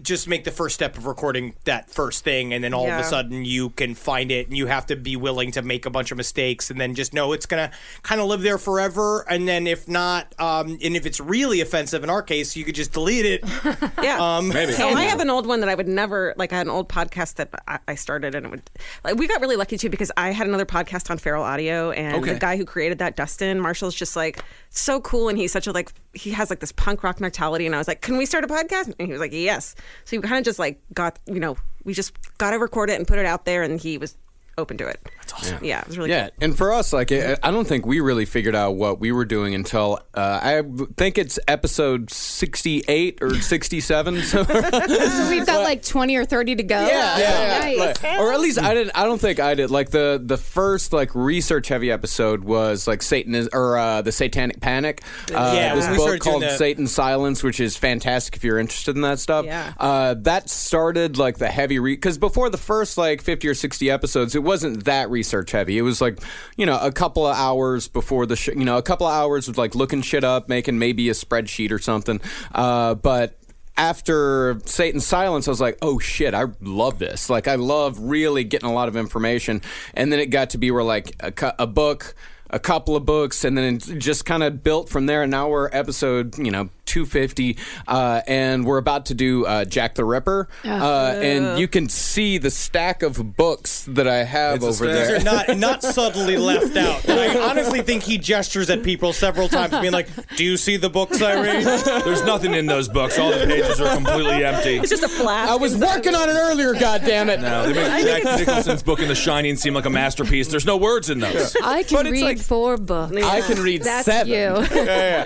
[SPEAKER 6] just make the first step of recording that first thing, and then all of
[SPEAKER 7] Yeah.
[SPEAKER 6] a sudden you can find it, and you have to be willing to make a bunch of mistakes, and then just know it's gonna kind of live there forever. And then if not, um, and if it's really offensive, in our case, you could just delete it. Um,
[SPEAKER 7] Yeah.
[SPEAKER 8] Um,
[SPEAKER 3] Maybe.
[SPEAKER 7] Oh, I have an old one that I would never like. I had an old podcast that I, I started, and it would. Like, we got really lucky too because I had another podcast on Feral Audio, and
[SPEAKER 3] Okay.
[SPEAKER 7] the guy who created that, Dustin Marshall's, just like so cool, and he's such a like he has like this punk rock mentality, and I was like, can we start a podcast? And he was like, yes. So we kind of just like got you know we just got to record it and put it out there, and he was open to it. That's awesome. Yeah, it was really
[SPEAKER 8] Yeah, and for us, like, I I don't think we really figured out what we were doing until uh, I think it's episode sixty-eight or sixty-seven. So
[SPEAKER 5] so we've got like twenty or thirty to go.
[SPEAKER 8] yeah, yeah, yeah.
[SPEAKER 5] Nice.
[SPEAKER 8] Like- or at least I didn't. I don't think I did. Like the the first like research heavy episode was like Satan is or uh, the Satanic Panic. Uh,
[SPEAKER 6] Yeah,
[SPEAKER 8] this
[SPEAKER 6] when we
[SPEAKER 8] book
[SPEAKER 6] started doing
[SPEAKER 8] called
[SPEAKER 6] the-
[SPEAKER 8] Satan Silence, which is fantastic if you're interested in that stuff.
[SPEAKER 7] Yeah.
[SPEAKER 8] uh, that started like the heavy re because before the first like fifty or sixty episodes, it wasn't that research heavy. It was like you know a couple of hours before the sh- you know a couple of hours of like looking shit up, making maybe a spreadsheet or something. Uh, but after Satan's Silence, I was like, oh shit, I love this. Like, I love really getting a lot of information. And then it got to be where, like, a, cou- a book, a couple of books, and then it just kind of built from there. And now we're episode, you know, 250, uh, and we're about to do uh, Jack the Ripper. Uh, and you can see the stack of books that I have
[SPEAKER 3] a
[SPEAKER 8] over
[SPEAKER 3] stack.
[SPEAKER 8] there.
[SPEAKER 6] They're not not subtly left out. I honestly think he gestures at people several times, being like, "Do you see the books I read?"
[SPEAKER 3] There's nothing in those books. All the pages are completely empty.
[SPEAKER 7] It's just a flash.
[SPEAKER 8] I was working on it earlier, goddammit.
[SPEAKER 3] No, they make Jack Nicholson's book in The Shining seem like a masterpiece. There's no words in those.
[SPEAKER 5] I can
[SPEAKER 8] it's
[SPEAKER 5] read
[SPEAKER 8] like-
[SPEAKER 5] four books.
[SPEAKER 8] I can read
[SPEAKER 5] That's
[SPEAKER 8] seven.
[SPEAKER 5] you.
[SPEAKER 8] yeah,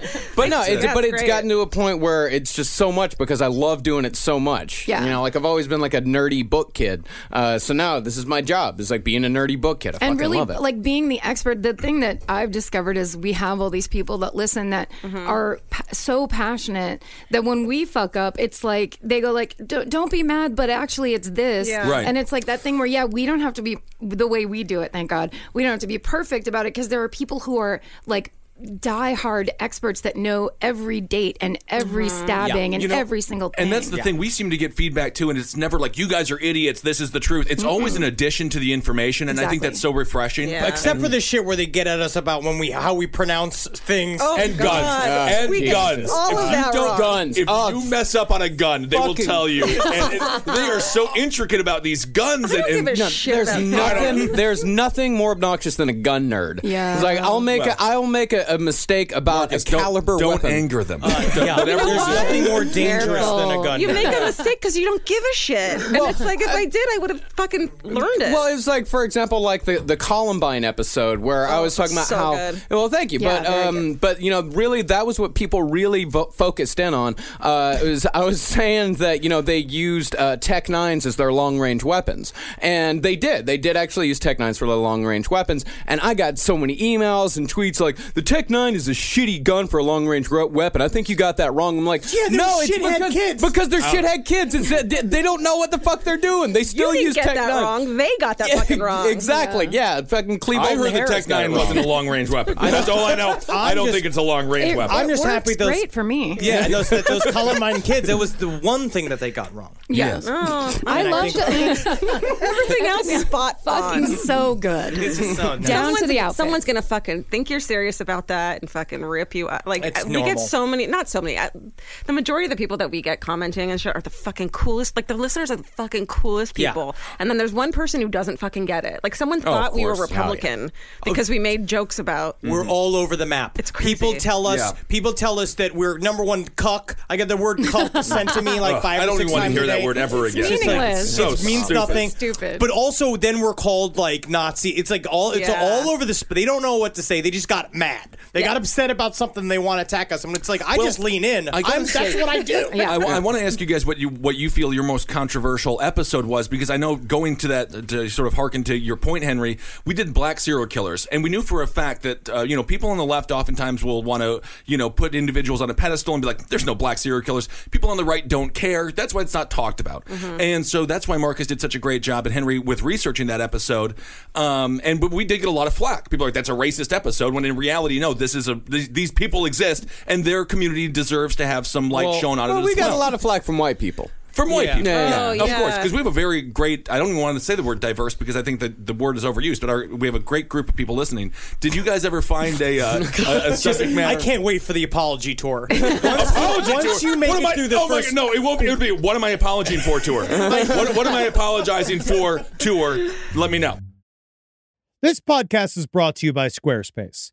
[SPEAKER 8] yeah. But no, it's,
[SPEAKER 7] That's
[SPEAKER 8] but it's
[SPEAKER 7] great.
[SPEAKER 8] gotten to a point where it's just so much because I love doing it so much.
[SPEAKER 5] Yeah.
[SPEAKER 8] You know, like I've always been like a nerdy book kid. Uh, so now this is my job. It's like being a nerdy book kid. I
[SPEAKER 5] and
[SPEAKER 8] fucking
[SPEAKER 5] really
[SPEAKER 8] love it.
[SPEAKER 5] like being the expert the thing that i've discovered is we have all these people that listen that
[SPEAKER 7] Mm-hmm.
[SPEAKER 5] are pa- so passionate that when we fuck up it's like they go like don't don't be mad but actually it's this
[SPEAKER 7] Yeah.
[SPEAKER 3] Right.
[SPEAKER 5] and it's like that thing where yeah we don't have to be the way we do it thank god we don't have to be perfect about it because there are people who are like die-hard experts that know every date and every
[SPEAKER 7] Mm-hmm.
[SPEAKER 5] stabbing and
[SPEAKER 3] You know,
[SPEAKER 5] every single thing
[SPEAKER 3] And that's the thing we seem to get feedback too, and it's never like you guys are idiots. This is the truth. It's always an addition to the information, and I think
[SPEAKER 5] Exactly.
[SPEAKER 3] that's so refreshing.
[SPEAKER 7] Yeah.
[SPEAKER 6] Except for the shit where they get at us about when we how we pronounce things.
[SPEAKER 7] Oh,
[SPEAKER 3] and
[SPEAKER 7] God.
[SPEAKER 3] guns and
[SPEAKER 7] We get
[SPEAKER 3] guns.
[SPEAKER 7] all
[SPEAKER 3] if
[SPEAKER 7] of
[SPEAKER 3] you
[SPEAKER 7] that
[SPEAKER 3] don't
[SPEAKER 7] wrong.
[SPEAKER 8] Guns.
[SPEAKER 3] if
[SPEAKER 8] Oh,
[SPEAKER 3] you mess up on a gun, they will
[SPEAKER 8] fucking-
[SPEAKER 3] tell you. and, and they are so intricate about these guns.
[SPEAKER 7] I don't
[SPEAKER 3] and, and
[SPEAKER 7] give a shit
[SPEAKER 8] there's
[SPEAKER 7] about that.
[SPEAKER 8] nothing. there's nothing more obnoxious than a gun nerd.
[SPEAKER 5] Yeah.
[SPEAKER 8] It's like I'll make
[SPEAKER 3] Well-
[SPEAKER 8] a, I'll make a, a mistake about a
[SPEAKER 3] Marcus, don't-
[SPEAKER 8] caliber
[SPEAKER 3] don't,
[SPEAKER 8] weapon. Uh,
[SPEAKER 3] anger them.
[SPEAKER 6] Yeah,
[SPEAKER 3] Whatever
[SPEAKER 6] there's
[SPEAKER 3] it is.
[SPEAKER 6] nothing more dangerous than a gun.
[SPEAKER 7] You make a mistake because you don't give a shit. And it's like, if I did, I would have fucking learned it.
[SPEAKER 8] Well, it was like, for example, like the, the Columbine episode where I was talking about
[SPEAKER 7] so
[SPEAKER 8] how.
[SPEAKER 7] good.
[SPEAKER 8] Well, thank you,
[SPEAKER 5] Yeah,
[SPEAKER 8] but
[SPEAKER 5] very
[SPEAKER 8] um, but you know, really, that was what people really vo- focused in on. Uh, it was I was saying that you know they used uh, Tech Nines as their long range weapons, and they did. They did actually use Tech Nines for their long range weapons, and I got so many emails and tweets like the Tech Tech 9 is a shitty gun for a long range weapon. I think you got that wrong. I'm like,
[SPEAKER 5] Yeah, they
[SPEAKER 8] no,
[SPEAKER 5] were
[SPEAKER 8] it's
[SPEAKER 5] shithead
[SPEAKER 8] because,
[SPEAKER 5] kids."
[SPEAKER 8] because they're shithead kids. It's, that they, they don't know what the fuck they're doing. They
[SPEAKER 7] You
[SPEAKER 8] still
[SPEAKER 7] didn't
[SPEAKER 8] use
[SPEAKER 7] get
[SPEAKER 8] Tech
[SPEAKER 7] that
[SPEAKER 8] 9.
[SPEAKER 7] wrong. They got that fucking wrong.
[SPEAKER 8] exactly. Yeah, fucking Cleveland.
[SPEAKER 3] I heard the
[SPEAKER 8] Harris
[SPEAKER 3] Tech
[SPEAKER 8] got it
[SPEAKER 3] 9
[SPEAKER 8] wrong.
[SPEAKER 3] wasn't a long range weapon. That's all I know. I don't
[SPEAKER 5] just-
[SPEAKER 3] think it's a long range
[SPEAKER 9] It-
[SPEAKER 3] weapon.
[SPEAKER 5] I'm
[SPEAKER 9] it
[SPEAKER 5] just
[SPEAKER 9] works
[SPEAKER 5] happy those-
[SPEAKER 9] great for me.
[SPEAKER 5] Yeah, and those, those Columbine kids, that was the one thing that they got wrong.
[SPEAKER 9] Yes.
[SPEAKER 7] Oh,
[SPEAKER 9] I
[SPEAKER 5] And I
[SPEAKER 9] loved it.
[SPEAKER 7] everything else is spot on.
[SPEAKER 9] Fucking so good.
[SPEAKER 5] It's just so nice.
[SPEAKER 9] Down to the outfit.
[SPEAKER 7] Someone's gonna fucking think you're serious about that and fucking rip you up. Like uh,
[SPEAKER 5] It's
[SPEAKER 7] we get
[SPEAKER 5] normal.
[SPEAKER 7] so many, not so many. I, the majority of the people that we get commenting and shit are the fucking coolest. Like the listeners are the fucking coolest
[SPEAKER 5] Yeah.
[SPEAKER 7] people. And then there's one person who doesn't fucking get it. Like someone
[SPEAKER 3] Oh, of
[SPEAKER 7] thought we were
[SPEAKER 3] course. Hell yeah.
[SPEAKER 7] Republican because we made jokes about.
[SPEAKER 5] We're all over the map.
[SPEAKER 7] It's crazy.
[SPEAKER 5] People tell us.
[SPEAKER 3] Yeah.
[SPEAKER 5] People tell us that we're number one cuck. I get the word cuck sent to me like five.
[SPEAKER 3] I
[SPEAKER 5] or
[SPEAKER 3] don't
[SPEAKER 5] six
[SPEAKER 3] even want to
[SPEAKER 5] times
[SPEAKER 3] hear
[SPEAKER 5] a
[SPEAKER 3] that
[SPEAKER 5] day.
[SPEAKER 3] word ever again.
[SPEAKER 5] It's like,
[SPEAKER 9] meaningless.
[SPEAKER 3] It's
[SPEAKER 5] it means
[SPEAKER 3] stupid.
[SPEAKER 5] nothing.
[SPEAKER 9] Stupid.
[SPEAKER 5] But also, then we're called like Nazi. It's like all. It's
[SPEAKER 7] Yeah.
[SPEAKER 5] all over the. Sp- they don't know what to say. They just got mad. They got upset about something. They want to attack us. And it's like I
[SPEAKER 3] Well,
[SPEAKER 5] just lean in.
[SPEAKER 3] I gotta
[SPEAKER 5] I'm, that's
[SPEAKER 3] say-
[SPEAKER 5] what I do.
[SPEAKER 9] Yeah.
[SPEAKER 3] I, want to ask you guys what you what you feel your most controversial episode was because I know going to that to sort of hearken to your point, Henry. We did black serial killers, and we knew for a fact that uh, you know people on the left oftentimes will want to you know put individuals on a pedestal and be like, "There's no black serial killers." People on the right don't care. That's why it's not talked about, and so that's why Marcus did such a great job and Henry with researching that episode. Um, and but we did get a lot of flack. People are like, "That's a racist episode," when in reality, no. This is a these, these people exist, and their community deserves to have some light
[SPEAKER 8] Well,
[SPEAKER 3] shown on it
[SPEAKER 8] well,
[SPEAKER 3] as
[SPEAKER 8] we got
[SPEAKER 3] well.
[SPEAKER 8] a lot of flack from white people.
[SPEAKER 3] From white
[SPEAKER 5] Yeah.
[SPEAKER 3] people,
[SPEAKER 8] Yeah,
[SPEAKER 7] yeah. Oh,
[SPEAKER 3] of course,
[SPEAKER 7] yeah.
[SPEAKER 3] because we have a very great. I don't even want to say the word diverse because I think that the word is overused. But our, we have a great group of people listening. Did you guys ever find a, uh, a, a subject
[SPEAKER 5] I
[SPEAKER 3] matter?
[SPEAKER 5] can't wait for the apology tour.
[SPEAKER 3] Apology
[SPEAKER 5] Once
[SPEAKER 3] tour.
[SPEAKER 5] you make
[SPEAKER 3] What
[SPEAKER 5] it
[SPEAKER 3] am I-
[SPEAKER 5] through the
[SPEAKER 3] oh my
[SPEAKER 5] first
[SPEAKER 3] God, no, it won't. It would be what am I apologizing for tour? what, what am I apologizing for tour? Let me know.
[SPEAKER 6] This podcast is brought to you by Squarespace.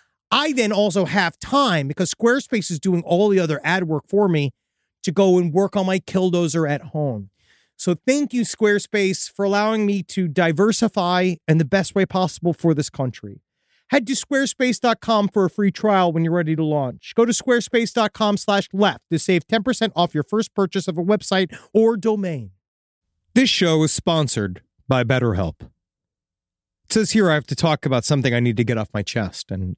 [SPEAKER 6] I then also have time because Squarespace is doing all the other ad work for me to go and work on my killdozer at home. So thank you, Squarespace, for allowing me to diversify in the best way possible for this country. Head to squarespace.com for a free trial when you're ready to launch. Go to squarespace.com slash left to save 10% off your first purchase of a website or domain. This show is sponsored by BetterHelp. It says here I have to talk about something I need to get off my chest, and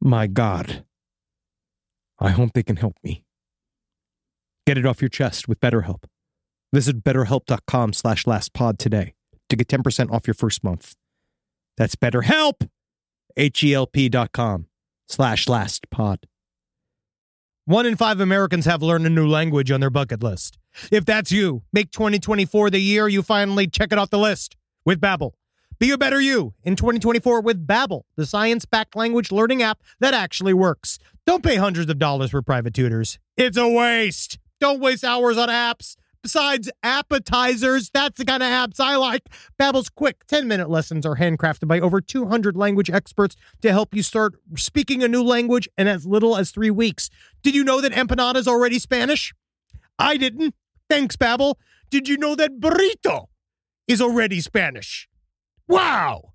[SPEAKER 6] My God. I hope they can help me. Get it off your chest with BetterHelp. Visit betterhelp.com slash lastpod today to get 10% off your first month. That's BetterHelp! H-E-L-P dot com slash lastpod. One in five Americans have learned a new language on their bucket list.
[SPEAKER 2] If that's you, make 2024 the year you finally check it off the list with Babbel. Be a better you in 2024 with Babbel, the science-backed language learning app that actually works. Don't pay hundreds of dollars for private tutors. It's a waste. Don't waste hours on apps. Besides appetizers, that's the kind of apps I like. Babbel's quick 10-minute lessons are handcrafted by over 200 language experts to help you start speaking a new language in as little as 3 weeks. Did you know that empanada is already Spanish? I didn't. Thanks, Babbel. Did you know that burrito is already Spanish? Wow!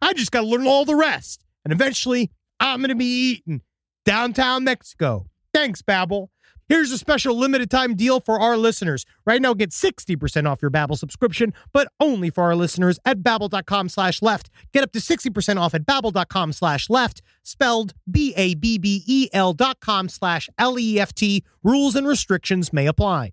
[SPEAKER 2] I just got to learn all the rest, and eventually I'm going to be eating downtown Mexico. Thanks, Babbel. Here's a special limited time deal for our listeners. Right now, get 60% off your Babbel subscription, but only for our listeners at babbel.com slash left. Get up to 60% off at babbel.com slash left, spelled B-A-B-B-E-L E dot com slash L-E-F-T. Rules and restrictions may apply.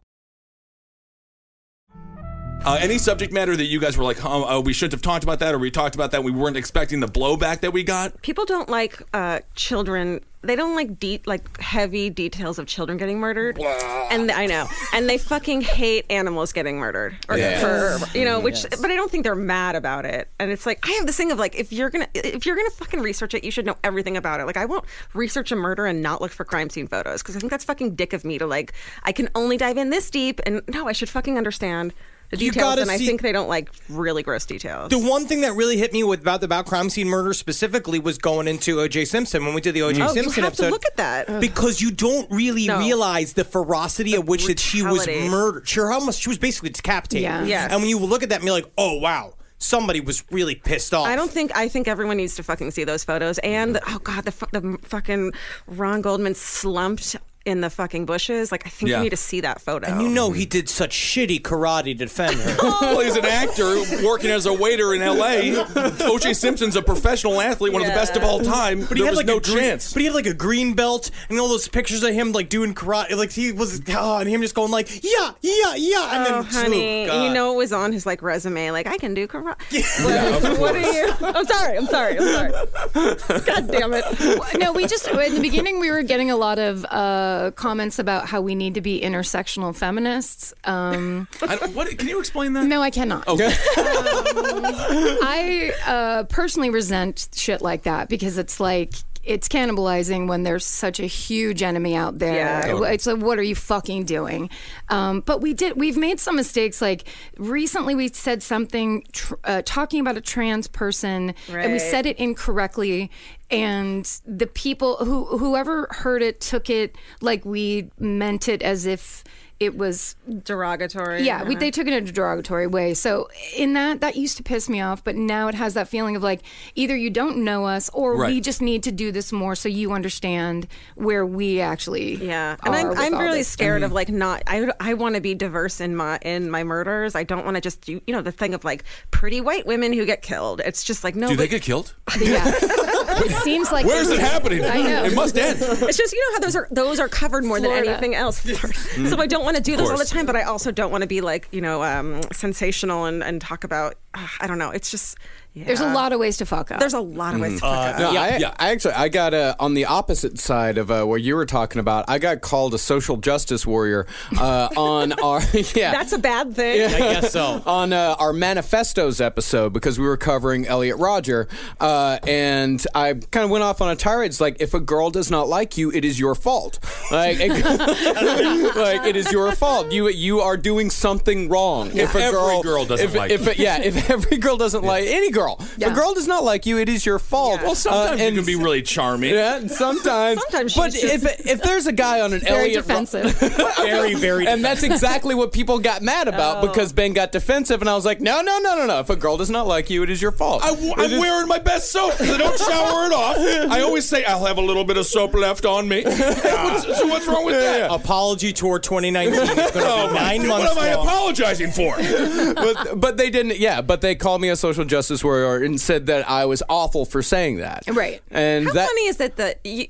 [SPEAKER 3] Uh, any subject matter that you guys were like, oh, oh, we shouldn't have talked about that, or we talked about that, we weren't expecting the blowback that we got?
[SPEAKER 7] People don't like uh, children. They don't like de- like heavy details of children getting murdered. And I know, and they fucking hate animals getting murdered, or,
[SPEAKER 8] Yes.
[SPEAKER 7] or- you know, which. But I don't think they're mad about it. And it's like I have this thing of like, if you're gonna if you're gonna fucking research it, you should know everything about it. Like I won't research a murder and not look for crime scene photos because I think that's fucking dick of me to like. I can only dive in this deep, and no, I should fucking understand. The
[SPEAKER 6] You
[SPEAKER 7] details,
[SPEAKER 6] gotta
[SPEAKER 7] and I
[SPEAKER 6] see-
[SPEAKER 7] think they don't like really gross details.
[SPEAKER 6] The one thing that really hit me with about the about crime scene murder specifically was going into O.J. Simpson when we did the O.J.
[SPEAKER 7] Oh, you
[SPEAKER 6] Simpson
[SPEAKER 7] have to
[SPEAKER 6] episode.
[SPEAKER 7] look at that.
[SPEAKER 6] because you don't really
[SPEAKER 7] No.
[SPEAKER 6] realize the ferocity of which that she was
[SPEAKER 7] brutality.
[SPEAKER 6] murdered. She almost she was basically decapitated.
[SPEAKER 5] Yeah.
[SPEAKER 7] Yes.
[SPEAKER 6] And when you look at that, and you're like, oh wow, somebody was really pissed off.
[SPEAKER 7] I don't think I think everyone needs to fucking see those photos. And oh god, the, fu- the fucking Ron Goldman slumped in the fucking bushes. Like I think
[SPEAKER 3] Yeah.
[SPEAKER 7] you need to see that photo.
[SPEAKER 6] And you know he did such shitty karate to defend her.
[SPEAKER 3] Well, he's an actor working as a waiter in L.A. O.J. Simpson's a professional athlete, one of the best of all time. But
[SPEAKER 6] he
[SPEAKER 3] there
[SPEAKER 6] had
[SPEAKER 3] was
[SPEAKER 6] like
[SPEAKER 3] no
[SPEAKER 6] a green-
[SPEAKER 3] chance.
[SPEAKER 6] But he had like a green belt and all those pictures of him like doing karate. Like he was, oh, and him just going like, yeah, yeah, yeah. And
[SPEAKER 7] Oh,
[SPEAKER 6] then,
[SPEAKER 7] honey,
[SPEAKER 6] oh, God.
[SPEAKER 7] you know it was on his like resume. Like I can do karate. What, what are you? I'm sorry. I'm sorry. I'm sorry. God damn it.
[SPEAKER 5] no, we just in the beginning we were getting a lot of uh, comments about how we need to be intersectional feminists. Um,
[SPEAKER 3] I don't- what, can you explain that?
[SPEAKER 5] no, I cannot.
[SPEAKER 3] Okay.
[SPEAKER 5] I uh, personally resent shit like that because it's like it's cannibalizing when there's such a huge enemy out there.
[SPEAKER 7] Yeah. Totally.
[SPEAKER 5] It's like, what are you fucking doing? Um, but we did. We've made some mistakes. Like recently, we said something tr- uh, talking about a trans person, and we
[SPEAKER 7] Right.
[SPEAKER 5] said it incorrectly. And the people who whoever heard it took it like we meant it as if it was
[SPEAKER 7] Derogatory.
[SPEAKER 5] yeah, we, they took it in a derogatory way. So in that, that used to piss me off, but now it has that feeling of like either you don't know us, or we
[SPEAKER 3] Right.
[SPEAKER 5] just need to do this more so you understand where we actually
[SPEAKER 7] Yeah,
[SPEAKER 5] Are
[SPEAKER 7] and I'm
[SPEAKER 5] with
[SPEAKER 7] I'm
[SPEAKER 5] all
[SPEAKER 7] really
[SPEAKER 5] this.
[SPEAKER 7] scared of like not I I want to be diverse in my in my murders. I don't want to just do you know the thing of like pretty white women who get killed. It's just like no,
[SPEAKER 3] Do they
[SPEAKER 7] but-
[SPEAKER 3] get killed?
[SPEAKER 5] Yeah, it seems like
[SPEAKER 3] Where is it happening?
[SPEAKER 5] I know.
[SPEAKER 3] It must end.
[SPEAKER 7] it's just you know how those are those are covered more
[SPEAKER 5] Florida.
[SPEAKER 7] than anything else. So I don't want to do those all the
[SPEAKER 3] course.
[SPEAKER 7] time, but I also don't want to be like you know um, sensational and and talk about uh, I don't know. It's just yeah.
[SPEAKER 5] There's a lot of ways to fuck up.
[SPEAKER 7] there's a lot of
[SPEAKER 8] Mm.
[SPEAKER 7] ways to fuck up.
[SPEAKER 8] No, I,
[SPEAKER 3] yeah.
[SPEAKER 8] I actually I got uh, on the opposite side of uh, what you were talking about. I got called a social justice warrior uh, on our Uh, yeah.
[SPEAKER 7] That's a bad thing.
[SPEAKER 6] I guess so.
[SPEAKER 8] on uh, our manifestos episode because we were covering Elliot Roger, uh, and I kind of went off on a tirade. It's like if a girl does not like you, it is your fault. Like, it, like it is your fault. You you are doing something wrong. if a
[SPEAKER 3] every
[SPEAKER 8] girl,
[SPEAKER 3] girl doesn't
[SPEAKER 8] if,
[SPEAKER 3] like
[SPEAKER 8] if, yeah, if every girl doesn't like any girl girl. If
[SPEAKER 5] Yeah.
[SPEAKER 8] a girl does not like you, it is your fault.
[SPEAKER 5] Yeah.
[SPEAKER 8] Well,
[SPEAKER 3] Sometimes you can be really charming.
[SPEAKER 8] Yeah, sometimes.
[SPEAKER 7] Sometimes
[SPEAKER 8] but
[SPEAKER 7] she's just-
[SPEAKER 8] if if there's a guy on an
[SPEAKER 5] Very
[SPEAKER 8] Elliot, Ro-
[SPEAKER 5] defensive.
[SPEAKER 6] very, very.
[SPEAKER 8] and that's exactly what people got mad
[SPEAKER 7] Oh.
[SPEAKER 8] about because Ben got defensive, and I was like, no, no, no, no, no. If a girl does not like you, it is your fault.
[SPEAKER 3] I, am wearing my best soap. I don't shower it off. I always say I'll have a little bit of soap left on me. What's- so what's wrong with that?
[SPEAKER 6] apology tour 2019 is going to be nine
[SPEAKER 3] Dude,
[SPEAKER 6] months
[SPEAKER 3] Oh What am I
[SPEAKER 6] long.
[SPEAKER 3] apologizing for?
[SPEAKER 8] but but they didn't. Yeah, but they called me a social justice warrior and said that I was awful for saying that.
[SPEAKER 5] Right.
[SPEAKER 8] And
[SPEAKER 7] How
[SPEAKER 8] that
[SPEAKER 7] funny is that the you,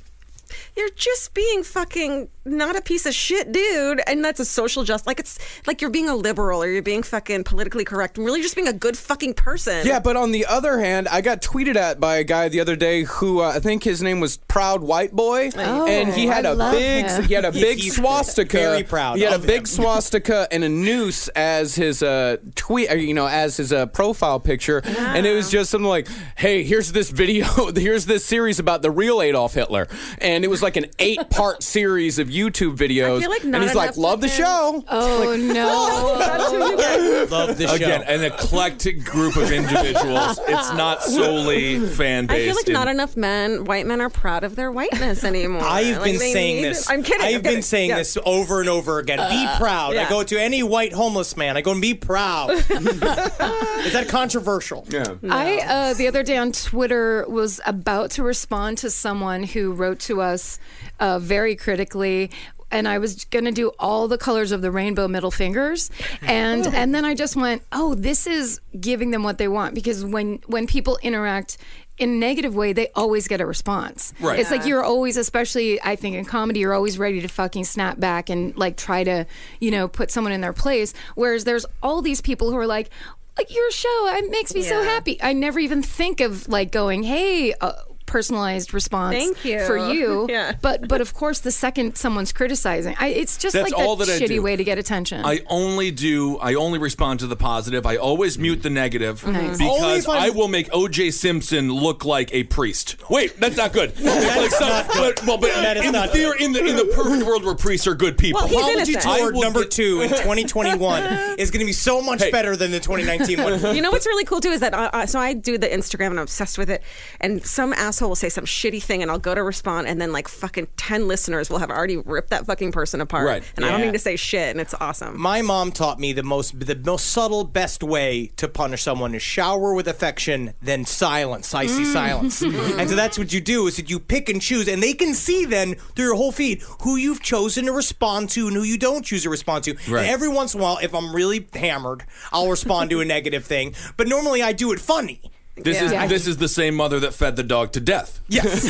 [SPEAKER 7] you're just being fucking not a piece of shit, dude, and that's a social just like it's like you're being a liberal or you're being fucking politically correct and really just being a good fucking person.
[SPEAKER 8] Yeah, but on the other hand, I got tweeted at by a guy the other day who uh, I think his name was Proud White Boy,
[SPEAKER 7] Oh,
[SPEAKER 8] and he had
[SPEAKER 5] I
[SPEAKER 8] a
[SPEAKER 5] love
[SPEAKER 8] big
[SPEAKER 5] him.
[SPEAKER 8] he had a big
[SPEAKER 6] He's
[SPEAKER 8] swastika.
[SPEAKER 6] very proud
[SPEAKER 8] He had
[SPEAKER 6] of
[SPEAKER 8] a big
[SPEAKER 6] him.
[SPEAKER 8] swastika and a noose as his uh, tweet, or, you know, as his uh, profile picture, and it was just something like, "Hey, here's this video, here's this series about the real Adolf Hitler," and it was like an eight part series of YouTube videos.
[SPEAKER 7] I feel like
[SPEAKER 8] and
[SPEAKER 7] not
[SPEAKER 8] he's like,
[SPEAKER 7] enough
[SPEAKER 8] "Love the
[SPEAKER 7] fucking-
[SPEAKER 8] show."
[SPEAKER 5] Oh no.
[SPEAKER 7] That's who you get.
[SPEAKER 6] Love the show.
[SPEAKER 3] Again, an eclectic group of individuals. It's not solely fan
[SPEAKER 7] I
[SPEAKER 3] based.
[SPEAKER 7] feel like not enough men, white men, are proud of their whiteness anymore.
[SPEAKER 6] I've
[SPEAKER 7] Like,
[SPEAKER 6] been
[SPEAKER 7] they
[SPEAKER 6] saying
[SPEAKER 7] need-
[SPEAKER 6] this.
[SPEAKER 7] I'm kidding.
[SPEAKER 6] I've
[SPEAKER 7] I'm
[SPEAKER 6] been
[SPEAKER 7] kidding.
[SPEAKER 6] saying
[SPEAKER 7] Yeah. Uh,
[SPEAKER 6] this over and over again. be proud. I
[SPEAKER 7] yeah.
[SPEAKER 6] go to any white homeless man. I go and be proud. Is that controversial? Yeah.
[SPEAKER 5] I uh, the other day on Twitter was about to respond to someone who wrote to us uh, very critically. And I was gonna do all the colors of the rainbow middle fingers, and and then I just went, oh, this is giving them what they want because when when people interact in a negative way, they always get a response.
[SPEAKER 3] Right.
[SPEAKER 5] It's like you're always, especially I think in comedy, you're always ready to fucking snap back and like try to you know put someone in their place. Whereas there's all these people who are like, like your show, it makes me so
[SPEAKER 7] Yeah.
[SPEAKER 5] happy. I never even think of like going, hey, uh, personalized response
[SPEAKER 7] Thank you.
[SPEAKER 5] for you.
[SPEAKER 7] Yeah.
[SPEAKER 5] But but of course, the second someone's criticizing, I, it's just
[SPEAKER 3] That's
[SPEAKER 5] like that
[SPEAKER 3] all that I
[SPEAKER 5] shitty
[SPEAKER 3] do.
[SPEAKER 5] way to get attention.
[SPEAKER 3] I only do. I only respond to the positive. I always mute the negative
[SPEAKER 7] Mm-hmm.
[SPEAKER 6] Only
[SPEAKER 3] because
[SPEAKER 6] if I'm-
[SPEAKER 3] I will make O.J. Simpson look like a priest. Wait, that's not good. Like some- But, well, but
[SPEAKER 6] That is
[SPEAKER 3] in
[SPEAKER 6] not
[SPEAKER 3] theory- in the in the perfect world where priests are good people.
[SPEAKER 7] Well, he's
[SPEAKER 6] Apology
[SPEAKER 7] innocent.
[SPEAKER 6] tour
[SPEAKER 3] I will
[SPEAKER 6] number
[SPEAKER 3] get-
[SPEAKER 6] two in 2021 is going to be so much better than the 2019 one.
[SPEAKER 7] You know what's really cool too is that uh, uh, so I do the Instagram and I'm obsessed with it. And some asshole will say some shitty thing and I'll go to respond and then like fucking ten listeners will have already ripped that fucking person apart.
[SPEAKER 3] Right.
[SPEAKER 7] And I don't
[SPEAKER 6] Yeah.
[SPEAKER 7] need to say shit and it's awesome.
[SPEAKER 6] My mom taught me the most the most subtle best way to punish someone is shower with affection, then silence, icy
[SPEAKER 7] Mm.
[SPEAKER 6] silence. And so that's what you do is that you pick and choose, and they can see then through your whole feed who you've chosen to respond to and who you don't choose to respond to.
[SPEAKER 3] Right.
[SPEAKER 6] And every once in a while, if I'm really hammered, I'll respond to a negative thing. But normally I do it funny.
[SPEAKER 3] This
[SPEAKER 5] Yeah.
[SPEAKER 3] is this is the same mother that fed the dog to death.
[SPEAKER 6] Yes.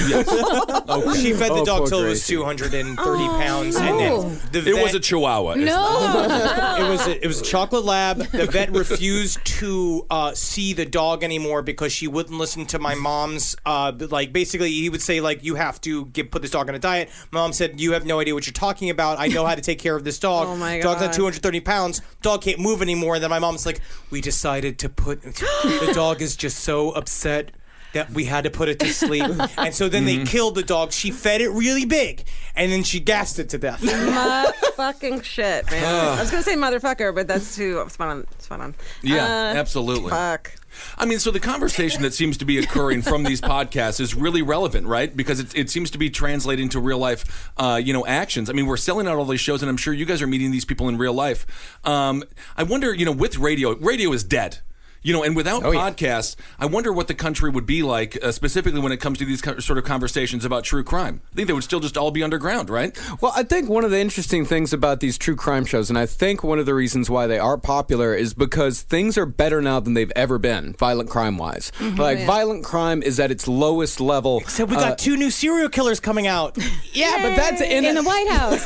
[SPEAKER 6] She fed the
[SPEAKER 8] Oh,
[SPEAKER 6] dog
[SPEAKER 8] poor
[SPEAKER 6] till it was
[SPEAKER 8] Gracie.
[SPEAKER 6] 230 pounds. And
[SPEAKER 5] Oh.
[SPEAKER 6] then the
[SPEAKER 3] It was
[SPEAKER 6] vet-
[SPEAKER 3] a chihuahua.
[SPEAKER 5] no.
[SPEAKER 6] it was a, it was a chocolate lab. The vet refused to uh, see the dog anymore because she wouldn't listen to my mom's. Uh, like basically, he would say like you have to get put this dog on a diet. My mom said you have no idea what you're talking about. I know how to take care of this dog.
[SPEAKER 7] Oh, my
[SPEAKER 6] Dog's at
[SPEAKER 7] God.
[SPEAKER 6] 230 pounds. Dog can't move anymore. And then my mom's like, we decided to put the dog is just so upset. That we had to put it to sleep, and so then
[SPEAKER 7] Mm-hmm.
[SPEAKER 6] they killed the dog. She fed it really big, and then she gassed it to death.
[SPEAKER 7] Mu- fucking shit, man. I was gonna say motherfucker, but that's too spot on. Spot on. Uh,
[SPEAKER 3] Yeah, absolutely.
[SPEAKER 7] Fuck.
[SPEAKER 3] I mean, so the conversation that seems to be occurring from these podcasts is really relevant, right? Because it, it seems to be translating to real life, uh, you know, actions. I mean, we're selling out all these shows, and I'm sure you guys are meeting these people in real life. Um, I wonder, you know, with radio, radio is dead. You know, and without podcasts, I wonder what the country would be like, uh, specifically when it comes to these co- sort of conversations about true crime. I think they would still just all be underground, right?
[SPEAKER 8] Well, I think one of the interesting things about these true crime shows, and I think one of the reasons why they are popular, is because things are better now than they've ever been, violent crime wise.
[SPEAKER 5] Mm-hmm. Oh,
[SPEAKER 8] like, violent crime is at its lowest level.
[SPEAKER 6] So we got two new serial killers coming out.
[SPEAKER 8] yeah, but that's in,
[SPEAKER 5] In the White House.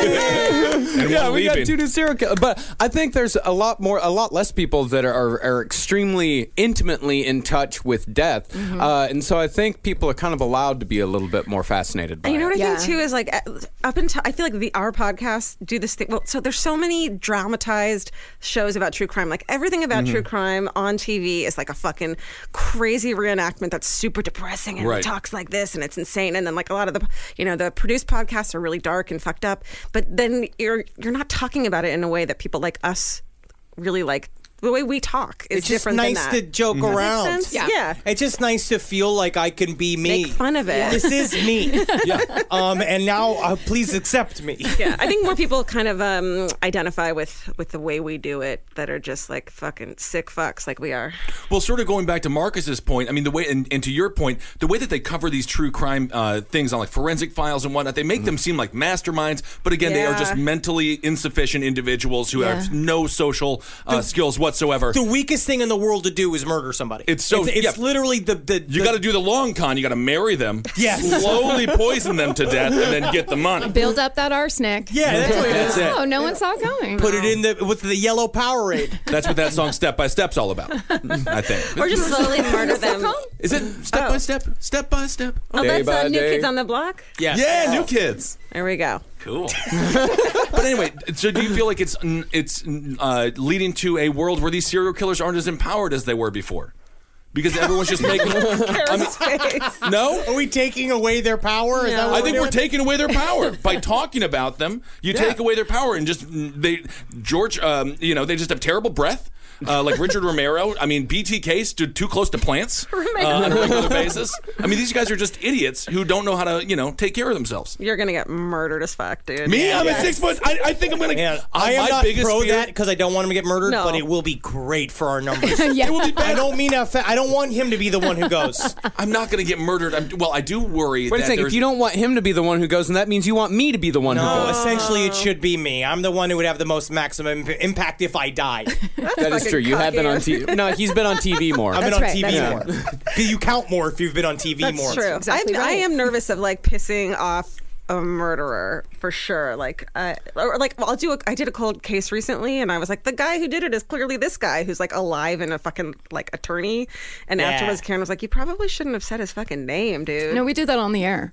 [SPEAKER 3] And
[SPEAKER 8] yeah,
[SPEAKER 3] one
[SPEAKER 8] we got
[SPEAKER 3] leaving.
[SPEAKER 8] two new serial killers. But I think there's a lot more, a lot less people that are, are extremely intimately in touch with death,
[SPEAKER 6] Mm-hmm.
[SPEAKER 8] uh, and so I think people are kind of allowed to be a little bit more fascinated by.
[SPEAKER 7] And you know
[SPEAKER 8] it.
[SPEAKER 7] what I
[SPEAKER 5] Yeah.
[SPEAKER 7] think too is like uh, up until I feel like the our podcasts do this thing. Well, so there's so many dramatized shows about true crime. Like everything about true
[SPEAKER 6] Mm-hmm.
[SPEAKER 7] crime on TV is like a fucking crazy reenactment that's super depressing and
[SPEAKER 3] Right.
[SPEAKER 7] it talks like this and it's insane. And then like a lot of the you know the produced podcasts are really dark and fucked up. But then you're you're not talking about it in a way that people like us really like the way we talk is
[SPEAKER 6] it's just
[SPEAKER 7] different
[SPEAKER 6] nice
[SPEAKER 7] than
[SPEAKER 6] to
[SPEAKER 7] that.
[SPEAKER 6] joke
[SPEAKER 3] Mm-hmm.
[SPEAKER 7] Does that make
[SPEAKER 6] around.
[SPEAKER 7] sense?
[SPEAKER 5] Yeah.
[SPEAKER 7] yeah.
[SPEAKER 6] It's just nice to feel like I can be me.
[SPEAKER 7] Make fun of it.
[SPEAKER 6] This is me. Um, and now uh, please accept me.
[SPEAKER 7] yeah, I think more people kind of um, identify with with the way we do it that are just like fucking sick fucks like we are.
[SPEAKER 3] Well, sort of going back to Marcus's point, I mean, the way, and, and to your point, the way that they cover these true crime uh, things on like forensic files and whatnot, they make
[SPEAKER 6] Mm-hmm.
[SPEAKER 3] them seem like masterminds, but again, they are
[SPEAKER 7] Yeah.
[SPEAKER 3] just mentally insufficient individuals who have
[SPEAKER 5] Yeah.
[SPEAKER 3] no social uh, skills whatsoever.
[SPEAKER 6] the weakest thing in the world to do is murder somebody.
[SPEAKER 3] It's so-
[SPEAKER 6] It's, it's
[SPEAKER 3] yeah.
[SPEAKER 6] literally the the.
[SPEAKER 3] you got to do the long con. You got to marry them,
[SPEAKER 6] Yes.
[SPEAKER 3] slowly poison them to death, and then get the money.
[SPEAKER 5] Build up that arsenic.
[SPEAKER 6] Yeah, that's what it is.
[SPEAKER 3] That's it.
[SPEAKER 5] Oh, no one saw it going.
[SPEAKER 6] Put it in the with the yellow Powerade.
[SPEAKER 3] That's what that song "Step by Step's" all about. I think.
[SPEAKER 7] Or just Oh. slowly murder them.
[SPEAKER 3] Is it step by step? Step by step.
[SPEAKER 7] Oh,
[SPEAKER 8] Day
[SPEAKER 7] that's
[SPEAKER 8] by
[SPEAKER 7] uh, New
[SPEAKER 8] day.
[SPEAKER 7] Kids on the Block.
[SPEAKER 6] Yes.
[SPEAKER 3] Yeah, new kids.
[SPEAKER 7] There we go.
[SPEAKER 3] Cool. but anyway, so do you feel like it's it's uh, leading to a world where these serial killers aren't as empowered as they were before? Because everyone's just making. I
[SPEAKER 7] Karen's
[SPEAKER 3] mean,
[SPEAKER 7] face.
[SPEAKER 3] no.
[SPEAKER 6] Are we taking away their power? Is that
[SPEAKER 7] No.
[SPEAKER 6] what
[SPEAKER 3] I think we're
[SPEAKER 6] doing?
[SPEAKER 3] taking away their power by talking about them. You take away their power and just mm, they George, um, you know, they just have terrible breath. Uh, like Richard Romero, I mean BTK stood too close to plants uh, on a regular basis. I mean these guys are just idiots who don't know how to, you know, take care of themselves.
[SPEAKER 7] You're gonna get murdered as fuck, dude.
[SPEAKER 3] Me, I'm
[SPEAKER 6] Yes.
[SPEAKER 3] a six foot. I, I think I'm gonna.
[SPEAKER 6] Man, I
[SPEAKER 3] I'm
[SPEAKER 6] am
[SPEAKER 3] my
[SPEAKER 6] not
[SPEAKER 3] biggest
[SPEAKER 6] pro
[SPEAKER 3] fear-
[SPEAKER 6] that because I don't want him to get murdered,
[SPEAKER 7] No.
[SPEAKER 6] but it will be great for our numbers.
[SPEAKER 5] Yeah.
[SPEAKER 6] I don't mean that. Fa- I don't want him to be the one who goes.
[SPEAKER 3] I'm not going to get murdered. I'm, well, I do worry. that
[SPEAKER 8] Wait a second.
[SPEAKER 3] there's-
[SPEAKER 8] If you don't want him to be the one who goes, then that means you want me to be the one who
[SPEAKER 6] No,
[SPEAKER 8] goes.
[SPEAKER 6] essentially, it should be me. I'm the one who would have the most maximum imp- impact if I died.
[SPEAKER 8] That is true. You had been on TV. No, he's been on TV more.
[SPEAKER 6] I've been
[SPEAKER 5] That's
[SPEAKER 6] on
[SPEAKER 5] right,
[SPEAKER 6] TV
[SPEAKER 5] that's
[SPEAKER 6] more. You count more if you've been on TV
[SPEAKER 7] That's
[SPEAKER 6] more.
[SPEAKER 7] true.
[SPEAKER 5] exactly
[SPEAKER 7] I, I
[SPEAKER 5] right.
[SPEAKER 7] am nervous of like pissing off a murderer for sure. Like, uh, or like, well, I'll do. A, I did a cold case recently, and I was like, the guy who did it is clearly this guy who's like alive and a fucking like attorney. And
[SPEAKER 6] Yeah.
[SPEAKER 7] afterwards, Karen was like, you probably shouldn't have said his fucking name, dude.
[SPEAKER 5] No, we did that on the air.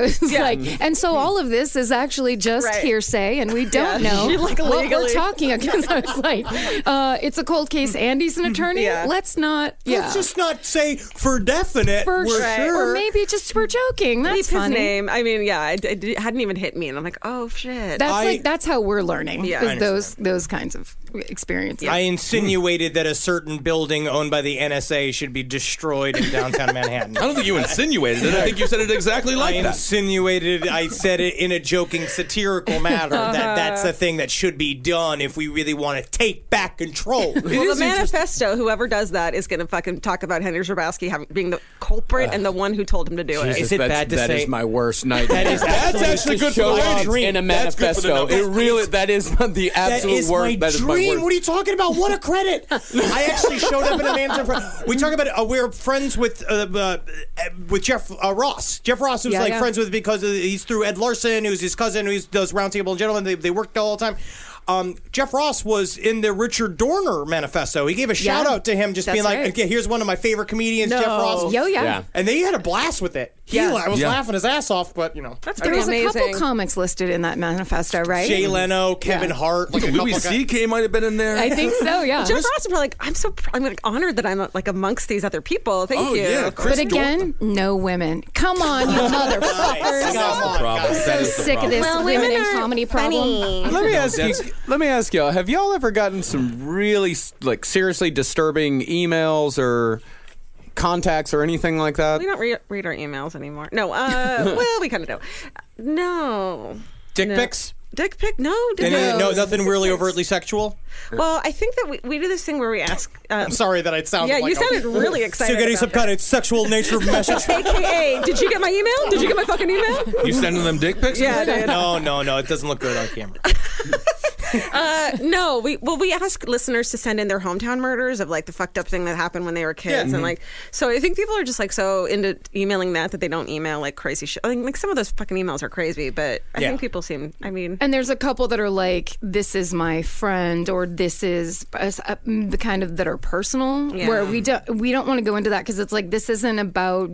[SPEAKER 5] was like, and so all of this is actually just
[SPEAKER 7] Right.
[SPEAKER 5] hearsay, and we don't
[SPEAKER 7] Yeah.
[SPEAKER 5] know
[SPEAKER 7] You're like,
[SPEAKER 5] what we're
[SPEAKER 7] legally.
[SPEAKER 5] talking about. 'Cause I was like, uh, it's a cold case. Andy's an attorney.
[SPEAKER 7] Yeah.
[SPEAKER 5] Let's not. Yeah.
[SPEAKER 6] Let's just not say for definite.
[SPEAKER 5] for
[SPEAKER 6] we're
[SPEAKER 5] sure.
[SPEAKER 6] sure.
[SPEAKER 5] Or maybe just we're joking. That's
[SPEAKER 7] Leave his
[SPEAKER 5] funny.
[SPEAKER 7] name. I mean, yeah, it, it, it hadn't even hit me, and I'm like, oh shit.
[SPEAKER 5] That's
[SPEAKER 6] I-
[SPEAKER 5] like that's how we're learning.
[SPEAKER 7] Yeah.
[SPEAKER 5] is
[SPEAKER 7] I
[SPEAKER 5] those those kinds of experiences.
[SPEAKER 6] I insinuated that a certain building owned by the NSA should be destroyed in downtown Manhattan.
[SPEAKER 3] I don't think you insinuated it. I think you said it exactly
[SPEAKER 6] I
[SPEAKER 3] like that.
[SPEAKER 6] insinuated, I said it in a joking, satirical manner that that's a thing that should be done if we really want to take back control.
[SPEAKER 7] well, the manifesto, whoever does that, is going to fucking talk about Henry Zerbowski having, being the culprit and the one who told him to do it.
[SPEAKER 6] Is it
[SPEAKER 8] That's-
[SPEAKER 6] bad to
[SPEAKER 8] that
[SPEAKER 6] say-
[SPEAKER 8] is my worst nightmare.
[SPEAKER 6] That is
[SPEAKER 3] That's actually good for
[SPEAKER 8] Show
[SPEAKER 3] the
[SPEAKER 8] up
[SPEAKER 3] ratings.
[SPEAKER 8] in a
[SPEAKER 3] That's good for the
[SPEAKER 8] manifesto. It
[SPEAKER 3] numbers.
[SPEAKER 8] really that is the
[SPEAKER 6] That
[SPEAKER 8] absolute
[SPEAKER 6] is
[SPEAKER 8] worst.
[SPEAKER 6] my
[SPEAKER 8] that is
[SPEAKER 6] dream.
[SPEAKER 8] my worst.
[SPEAKER 6] What are you talking about? What a credit! I actually showed up in a man's. Fr- we talk about uh, we're friends with uh, uh, with Jeff uh, Ross. Jeff Ross was
[SPEAKER 5] Yeah,
[SPEAKER 6] like
[SPEAKER 5] yeah.
[SPEAKER 6] friends with because of, he's through Ed Larson, who's his cousin, who does Roundtable Gentlemen. They they worked all the time. Um, Jeff Ross was in the Richard Dorner manifesto. He gave a
[SPEAKER 5] Yeah.
[SPEAKER 6] shout out to him, just
[SPEAKER 5] That's
[SPEAKER 6] being like,
[SPEAKER 5] right.
[SPEAKER 6] "Okay, here's one of my favorite comedians, Jeff Ross."
[SPEAKER 5] Yo, yeah.
[SPEAKER 8] Yeah.
[SPEAKER 6] And they had a blast with it. He,
[SPEAKER 5] Yeah.
[SPEAKER 6] I was
[SPEAKER 3] Yeah.
[SPEAKER 6] laughing his ass off, but you know,
[SPEAKER 7] That's
[SPEAKER 5] There
[SPEAKER 7] pretty
[SPEAKER 5] was
[SPEAKER 7] amazing.
[SPEAKER 5] a couple comics listed in that manifesto, right?
[SPEAKER 6] Jay Leno, Oh, Kevin Hart, like a couple
[SPEAKER 3] Louis
[SPEAKER 6] guys-
[SPEAKER 3] C.K. might have been in there.
[SPEAKER 5] I think so. Yeah.
[SPEAKER 7] Jeff Ross was like, I'm so pr- I'm like honored that I'm like amongst these other people. Thank
[SPEAKER 3] Oh,
[SPEAKER 7] you.
[SPEAKER 3] yeah, Chris
[SPEAKER 5] but again, no women. Come on, you motherfuckers.
[SPEAKER 6] Come on,
[SPEAKER 3] Problem.
[SPEAKER 6] guys.
[SPEAKER 3] That
[SPEAKER 5] so
[SPEAKER 3] is the
[SPEAKER 5] sick of
[SPEAKER 3] problem.
[SPEAKER 5] this
[SPEAKER 7] Well,
[SPEAKER 5] women
[SPEAKER 7] women
[SPEAKER 5] in
[SPEAKER 7] are
[SPEAKER 5] comedy problem.
[SPEAKER 8] Let me ask you.
[SPEAKER 3] that's-
[SPEAKER 8] Let me ask y'all. Have y'all ever gotten some really like seriously disturbing emails or contacts or anything like that?
[SPEAKER 7] We don't re- read our emails anymore. No. Uh, well, we kind of do. No.
[SPEAKER 6] Dick
[SPEAKER 7] No.
[SPEAKER 6] pics?
[SPEAKER 7] Dick pic? No. Dick
[SPEAKER 6] Any-
[SPEAKER 7] pics.
[SPEAKER 6] no, nothing
[SPEAKER 7] Dick
[SPEAKER 6] really
[SPEAKER 7] pics.
[SPEAKER 6] overtly sexual.
[SPEAKER 7] Well, I think that we, we do this thing where we ask. Um,
[SPEAKER 6] I'm sorry that I sounded.
[SPEAKER 7] Yeah,
[SPEAKER 6] like
[SPEAKER 7] you
[SPEAKER 6] I was-
[SPEAKER 7] sounded really excited.
[SPEAKER 6] So getting
[SPEAKER 7] about
[SPEAKER 6] some kind of sexual nature message.
[SPEAKER 7] this. AKA, did you get my email? Did you get my fucking email?
[SPEAKER 3] You sending them dick pics?
[SPEAKER 7] Yeah, I did.
[SPEAKER 6] no, no, no. It doesn't look good on camera.
[SPEAKER 7] Uh, no, we well we ask listeners to send in their hometown murders of like the fucked up thing that happened when they were kids
[SPEAKER 6] Mm-hmm.
[SPEAKER 7] and like so I think people are just like so into emailing that that they don't email like crazy shit. I think like some of those fucking emails are crazy, but I
[SPEAKER 6] Yeah.
[SPEAKER 7] think people seem. I mean,
[SPEAKER 5] And there's a couple that are like, this is my friend, or this is uh, the kind of that are personal,
[SPEAKER 7] Yeah.
[SPEAKER 5] where we don't we don't want to go into that because it's like this isn't about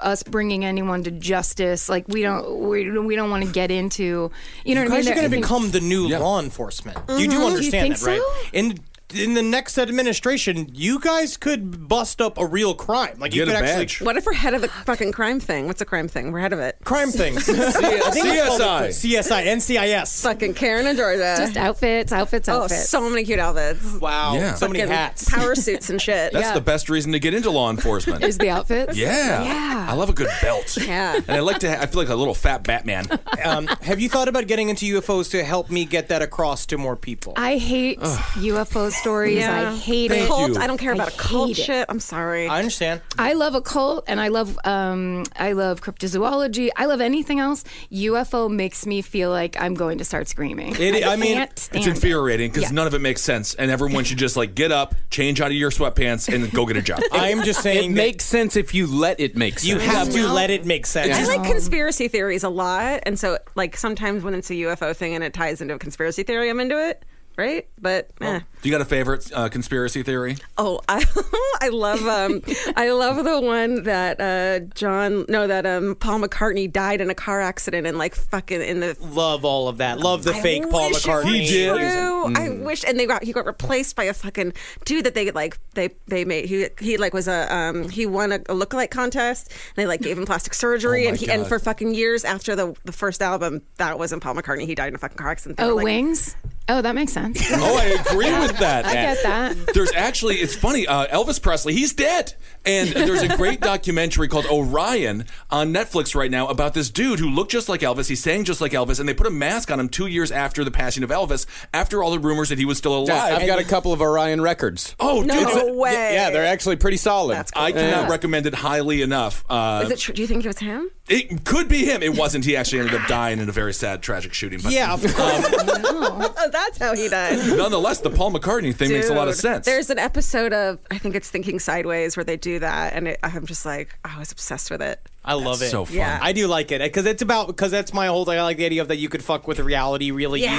[SPEAKER 5] us bringing anyone to justice. Like we don't we, we don't want to get into you
[SPEAKER 6] You
[SPEAKER 5] know what I mean.
[SPEAKER 6] guys are
[SPEAKER 5] There-
[SPEAKER 6] going
[SPEAKER 5] I
[SPEAKER 6] to
[SPEAKER 5] think-
[SPEAKER 6] become the new law enforcement. You do
[SPEAKER 5] You
[SPEAKER 6] understand
[SPEAKER 5] think
[SPEAKER 6] that, right?
[SPEAKER 5] so?
[SPEAKER 6] In in the next administration, you guys could bust up a real crime. Like you
[SPEAKER 3] Get
[SPEAKER 6] could
[SPEAKER 3] a
[SPEAKER 6] actually
[SPEAKER 3] badge.
[SPEAKER 7] What if we're head of the fucking crime thing? What's a crime thing? We're head of it.
[SPEAKER 6] crime things.
[SPEAKER 3] CSI.
[SPEAKER 6] I think it's called the- CSI, NCIS.
[SPEAKER 7] Fucking Karen and Georgia.
[SPEAKER 5] Just outfits, outfits,
[SPEAKER 7] oh,
[SPEAKER 5] outfits.
[SPEAKER 7] so many cute outfits.
[SPEAKER 6] Wow,
[SPEAKER 3] Yeah.
[SPEAKER 6] so many
[SPEAKER 7] Fucking
[SPEAKER 6] hats.
[SPEAKER 7] Power suits and shit.
[SPEAKER 3] That's the best reason to get into law enforcement.
[SPEAKER 5] Is the outfits?
[SPEAKER 3] yeah.
[SPEAKER 5] Yeah.
[SPEAKER 3] I love a good belt.
[SPEAKER 7] Yeah.
[SPEAKER 3] And I like to. Ha- I feel like a little fat Batman.
[SPEAKER 6] Um, have you thought about getting into UFOs to help me get that across to more people?
[SPEAKER 5] I hate UFO stories. I hate
[SPEAKER 7] The
[SPEAKER 5] it.
[SPEAKER 7] cult.
[SPEAKER 3] you.
[SPEAKER 7] I don't care
[SPEAKER 5] I
[SPEAKER 7] about a cult
[SPEAKER 5] hate it.
[SPEAKER 7] shit. I'm sorry.
[SPEAKER 6] I understand.
[SPEAKER 5] I love occult and I love um, I love cryptozoology. I love anything else. UFO makes me feel like I'm going to start screaming.
[SPEAKER 6] It- I mean,
[SPEAKER 5] can't stand
[SPEAKER 3] It's infuriating because
[SPEAKER 5] Yeah.
[SPEAKER 3] none of it makes sense, and everyone should just like get up, change out of your sweatpants, and go get a job.
[SPEAKER 6] I'm just
[SPEAKER 8] It
[SPEAKER 6] saying that
[SPEAKER 8] makes sense if you let it make sense.
[SPEAKER 6] you have to let it make sense.
[SPEAKER 7] I like conspiracy theories a lot, and so like sometimes when it's a UFO thing and it ties into a conspiracy theory, I'm into it, right? But eh.
[SPEAKER 3] Do you got a favorite uh, conspiracy theory?
[SPEAKER 7] oh, I, I love um, I love the one that uh, John, no, that um, Paul McCartney died in a car accident and like fucking in the
[SPEAKER 6] Love all of that. Love the
[SPEAKER 7] I
[SPEAKER 6] fake Paul
[SPEAKER 7] wish it
[SPEAKER 6] McCartney.
[SPEAKER 7] were True. I wish, and they got he got replaced by a fucking dude that they like they they made he he like was a um he won a, a lookalike contest and they like gave him plastic surgery
[SPEAKER 3] Oh,
[SPEAKER 7] and
[SPEAKER 3] my
[SPEAKER 7] he and
[SPEAKER 3] God.
[SPEAKER 7] for fucking years after the the first album that wasn't Paul McCartney he died in a fucking car accident. They were
[SPEAKER 5] Oh,
[SPEAKER 7] like,
[SPEAKER 5] wings. Oh, that makes sense.
[SPEAKER 3] Oh, I agree with that.
[SPEAKER 5] I get that.
[SPEAKER 3] There's actually, it's funny. Uh, Elvis Presley, he's dead, and there's a great documentary called Orion on Netflix right now about this dude who looked just like Elvis. He sang just like Elvis, and they put a mask on him two years after the passing of Elvis, after all the rumors that he was still
[SPEAKER 8] Yeah,
[SPEAKER 3] alive.
[SPEAKER 8] I've got a couple of Orion records.
[SPEAKER 3] oh,
[SPEAKER 7] No
[SPEAKER 3] dude, it's-
[SPEAKER 7] way.
[SPEAKER 8] Yeah, they're actually pretty solid.
[SPEAKER 7] That's cool.
[SPEAKER 3] I cannot
[SPEAKER 7] Yeah.
[SPEAKER 3] recommend it highly enough. Uh,
[SPEAKER 7] Is it true? Do you think it was him?
[SPEAKER 3] It could be him. It wasn't. He actually ended up dying in a very sad, tragic shooting. But
[SPEAKER 6] Yeah, of course.
[SPEAKER 7] Oh, that's how he died.
[SPEAKER 3] nonetheless, the Paul McCartney thing makes a lot of
[SPEAKER 7] Dude,
[SPEAKER 3] sense.
[SPEAKER 7] There's an episode of I think it's Thinking Sideways where they do that, and it, I'm just like I was obsessed with it.
[SPEAKER 6] I love it.
[SPEAKER 3] so fun.
[SPEAKER 7] Yeah.
[SPEAKER 6] I do like it because it's about because that's my whole thing. I like the idea of that you could fuck with reality really
[SPEAKER 7] Yeah.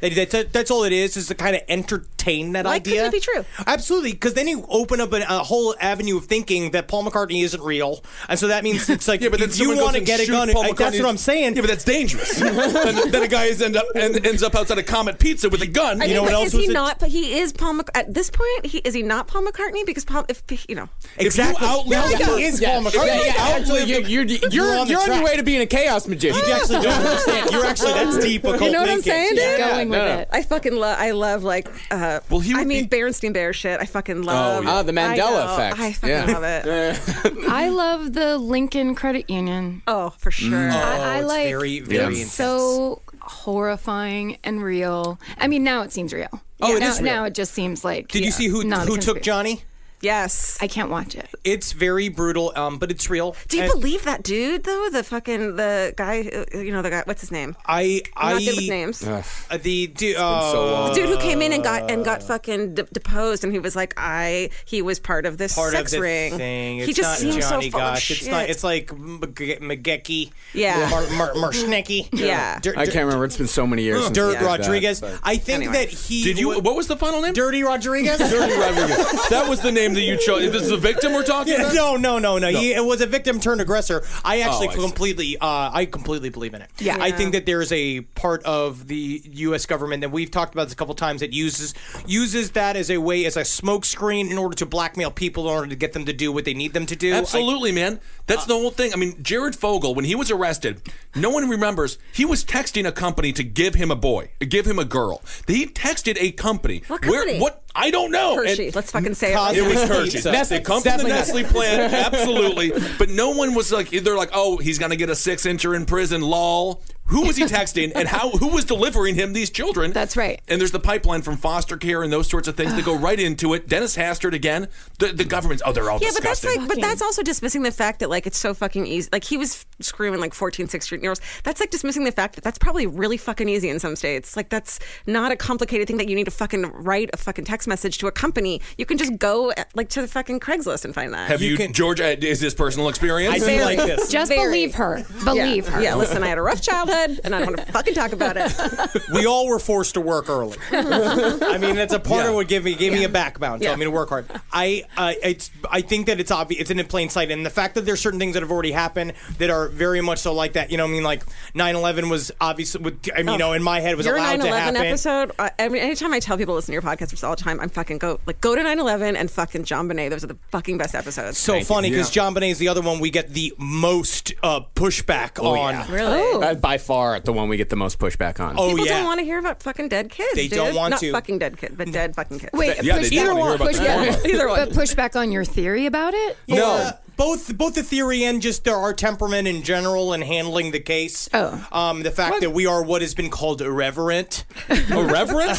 [SPEAKER 6] easily. That- That's, that's all it is is to kind of entertain that
[SPEAKER 7] Why
[SPEAKER 6] idea.
[SPEAKER 7] couldn't it be true?
[SPEAKER 6] Absolutely, because then you open up a, a whole avenue of thinking that Paul McCartney isn't real, and so that means it's like
[SPEAKER 3] yeah, but then
[SPEAKER 6] if you
[SPEAKER 3] someone goes
[SPEAKER 6] want to
[SPEAKER 3] and
[SPEAKER 6] get a
[SPEAKER 3] shoots
[SPEAKER 6] gun.
[SPEAKER 3] Paul
[SPEAKER 6] I- that's
[SPEAKER 3] McCartney-
[SPEAKER 6] what I'm saying.
[SPEAKER 3] Yeah, but that's dangerous. then, then a guy is end up end, ends up outside a Comet Pizza with a gun.
[SPEAKER 7] I
[SPEAKER 6] You know
[SPEAKER 7] mean,
[SPEAKER 6] what
[SPEAKER 7] but
[SPEAKER 6] else
[SPEAKER 7] Is he
[SPEAKER 6] was a-
[SPEAKER 7] not? But he is Paul. Mc- at this point, he is he not Paul McCartney because Paul, if you know,
[SPEAKER 6] exactly.
[SPEAKER 3] If you outlive
[SPEAKER 6] yeah,
[SPEAKER 3] the per-
[SPEAKER 6] he is
[SPEAKER 8] Yeah,
[SPEAKER 6] Paul McCartney.
[SPEAKER 8] yeah, yeah, actually,
[SPEAKER 6] Outlive
[SPEAKER 8] you,
[SPEAKER 6] the-
[SPEAKER 8] you're you're,
[SPEAKER 6] You're
[SPEAKER 8] you're,
[SPEAKER 6] on
[SPEAKER 8] on,
[SPEAKER 6] the track.
[SPEAKER 8] your way to being a chaos magician.
[SPEAKER 6] You actually don't understand. You're actually that's deep occult
[SPEAKER 7] You know what I'm
[SPEAKER 6] thinking.
[SPEAKER 7] saying, dude?
[SPEAKER 5] Keep
[SPEAKER 8] Yeah,
[SPEAKER 5] going
[SPEAKER 8] no.
[SPEAKER 5] with it.
[SPEAKER 7] I fucking love. I love like. Uh,
[SPEAKER 3] Well, he
[SPEAKER 7] I
[SPEAKER 3] would
[SPEAKER 7] mean,
[SPEAKER 3] be-
[SPEAKER 7] Berenstein Bear shit. I fucking love.
[SPEAKER 3] yeah.
[SPEAKER 8] Ah, the
[SPEAKER 7] I
[SPEAKER 8] Mandela
[SPEAKER 7] know.
[SPEAKER 8] effect.
[SPEAKER 7] I fucking
[SPEAKER 8] Yeah.
[SPEAKER 7] love it.
[SPEAKER 5] I love the Lincoln Credit Union.
[SPEAKER 7] Oh, for sure.
[SPEAKER 5] I, I
[SPEAKER 6] it's
[SPEAKER 5] like
[SPEAKER 6] very, very
[SPEAKER 5] it's
[SPEAKER 6] intense.
[SPEAKER 5] so horrifying and real. I mean, now it seems real.
[SPEAKER 6] Oh, it
[SPEAKER 5] now,
[SPEAKER 6] is real.
[SPEAKER 5] now it just seems like.
[SPEAKER 6] Did you see who who took Johnny?
[SPEAKER 7] yes.
[SPEAKER 5] I can't watch it.
[SPEAKER 6] It's very brutal, um, but it's real.
[SPEAKER 7] Do you
[SPEAKER 6] And
[SPEAKER 7] believe that dude though? The fucking the guy. uh, You know the guy. What's his name?
[SPEAKER 6] I I
[SPEAKER 7] Not good with names.
[SPEAKER 6] uh, the dude. Uh,
[SPEAKER 8] so long.
[SPEAKER 7] The dude who came in and got and got fucking de- deposed, and he was like, "I he was part of this
[SPEAKER 6] Part
[SPEAKER 7] sex
[SPEAKER 6] of the
[SPEAKER 7] ring."
[SPEAKER 6] thing.
[SPEAKER 7] He
[SPEAKER 6] It's
[SPEAKER 7] just
[SPEAKER 6] not
[SPEAKER 7] seems
[SPEAKER 6] Johnny
[SPEAKER 7] so full
[SPEAKER 6] Gosh.
[SPEAKER 7] of
[SPEAKER 6] It's
[SPEAKER 7] shit.
[SPEAKER 6] not. It's like Mge- McGecky.
[SPEAKER 7] Yeah.
[SPEAKER 6] Mar- Mar- Marshnecki.
[SPEAKER 7] Yeah.
[SPEAKER 6] Dirt,
[SPEAKER 8] I can't remember. It's been so many years. since
[SPEAKER 6] Dirt
[SPEAKER 8] I did that,
[SPEAKER 6] Rodriguez.
[SPEAKER 8] but-
[SPEAKER 6] I think
[SPEAKER 7] Anyway.
[SPEAKER 6] that he.
[SPEAKER 3] Did you?
[SPEAKER 6] wa-
[SPEAKER 3] What was the final name?
[SPEAKER 6] Dirty Rodriguez? Dirty
[SPEAKER 3] Rodriguez. That was the name that you chose. Is this the victim we're talking about? Oh,
[SPEAKER 6] no, no, no, no. He, it was a victim turned aggressor. I actually
[SPEAKER 3] I see.
[SPEAKER 6] completely, uh, I completely believe in it. Yeah. I think that there is a part of the U.S. government that we've talked about this a couple times that uses uses that as a way as a smokescreen in order to blackmail people in order to get them to do what they need them to do. I- Uh,
[SPEAKER 3] Absolutely, man. That's the whole thing. I mean, Jared Fogle, when he was arrested, no one remembers he was texting a company to give him a boy, give him a girl. He texted a company.
[SPEAKER 7] What company?
[SPEAKER 3] what? I don't know. And-
[SPEAKER 7] Hershey. Let's fucking say it.
[SPEAKER 6] Cos-
[SPEAKER 7] right
[SPEAKER 3] It was
[SPEAKER 6] Nestle
[SPEAKER 3] Hershey.
[SPEAKER 6] pizza.
[SPEAKER 3] Nestle. It comes from the
[SPEAKER 6] Definitely
[SPEAKER 3] Nestle plant, absolutely. But no one was like, they're like, oh, he's gonna get a six-incher in prison. Lol. Who was he texting, and how? Who was delivering him these children?
[SPEAKER 5] That's right.
[SPEAKER 3] And there's the pipeline from foster care and those sorts of things that go right into it. Dennis Hastert again. The, the government's oh, they're all
[SPEAKER 7] Yeah, but that's
[SPEAKER 3] disgusting.
[SPEAKER 7] like, but that's also dismissing the fact that like it's so fucking easy. Like he was screaming like 14, 16 year olds. That's like dismissing the fact that that's probably really fucking easy in some states. Like that's not a complicated thing that you need to fucking write a fucking text message to a company. You can just go eh, like to the fucking Craigslist and find that.
[SPEAKER 3] Have you,
[SPEAKER 6] You can-
[SPEAKER 3] George? uh, Is this personal experience?
[SPEAKER 6] I do like this.
[SPEAKER 5] Just
[SPEAKER 7] Very.
[SPEAKER 5] believe her.
[SPEAKER 7] Yeah.
[SPEAKER 5] Believe her.
[SPEAKER 7] Yeah, listen, I had a rough childhood. good, and I don't want to fucking talk about it.
[SPEAKER 6] we all were forced to work early. I mean, that's a part of what gave me gave me a back bound. So I mean, work hard. I uh, it's I think that it's obvious. It's in plain sight, and the fact that there's certain things that have already happened that are very much so like that. You know, I mean, like 9/11 was obviously. With, I mean, you know, in my head was
[SPEAKER 7] Your 9/11
[SPEAKER 6] allowed to happen.
[SPEAKER 7] episode. I I mean, anytime I tell people to listen to your podcast, which is all the time, I'm fucking go like go to 9/11 and fucking John Bonet. Those are the fucking best episodes.
[SPEAKER 6] So funny because John Bonet is the other one we get the most uh, pushback
[SPEAKER 3] Oh,
[SPEAKER 6] on.
[SPEAKER 7] really,
[SPEAKER 8] Uh, by far, the one we get the most pushback on.
[SPEAKER 6] Oh
[SPEAKER 7] people
[SPEAKER 6] yeah.
[SPEAKER 7] don't want to hear about fucking dead kids.
[SPEAKER 6] They
[SPEAKER 7] dude.
[SPEAKER 6] don't want
[SPEAKER 7] Not
[SPEAKER 6] to.
[SPEAKER 7] fucking dead kids, but dead fucking kids.
[SPEAKER 5] Wait,
[SPEAKER 3] Yeah,
[SPEAKER 5] push
[SPEAKER 3] they don't
[SPEAKER 5] back,
[SPEAKER 3] wanna hear about
[SPEAKER 5] push
[SPEAKER 3] that.
[SPEAKER 5] back,
[SPEAKER 7] Yeah. Either one.
[SPEAKER 5] but push back on your theory about it.
[SPEAKER 6] No, both both the theory and just there our temperament in general and handling the case.
[SPEAKER 5] Oh.
[SPEAKER 6] um, the fact that we are what has been called irreverent.
[SPEAKER 3] Irreverent?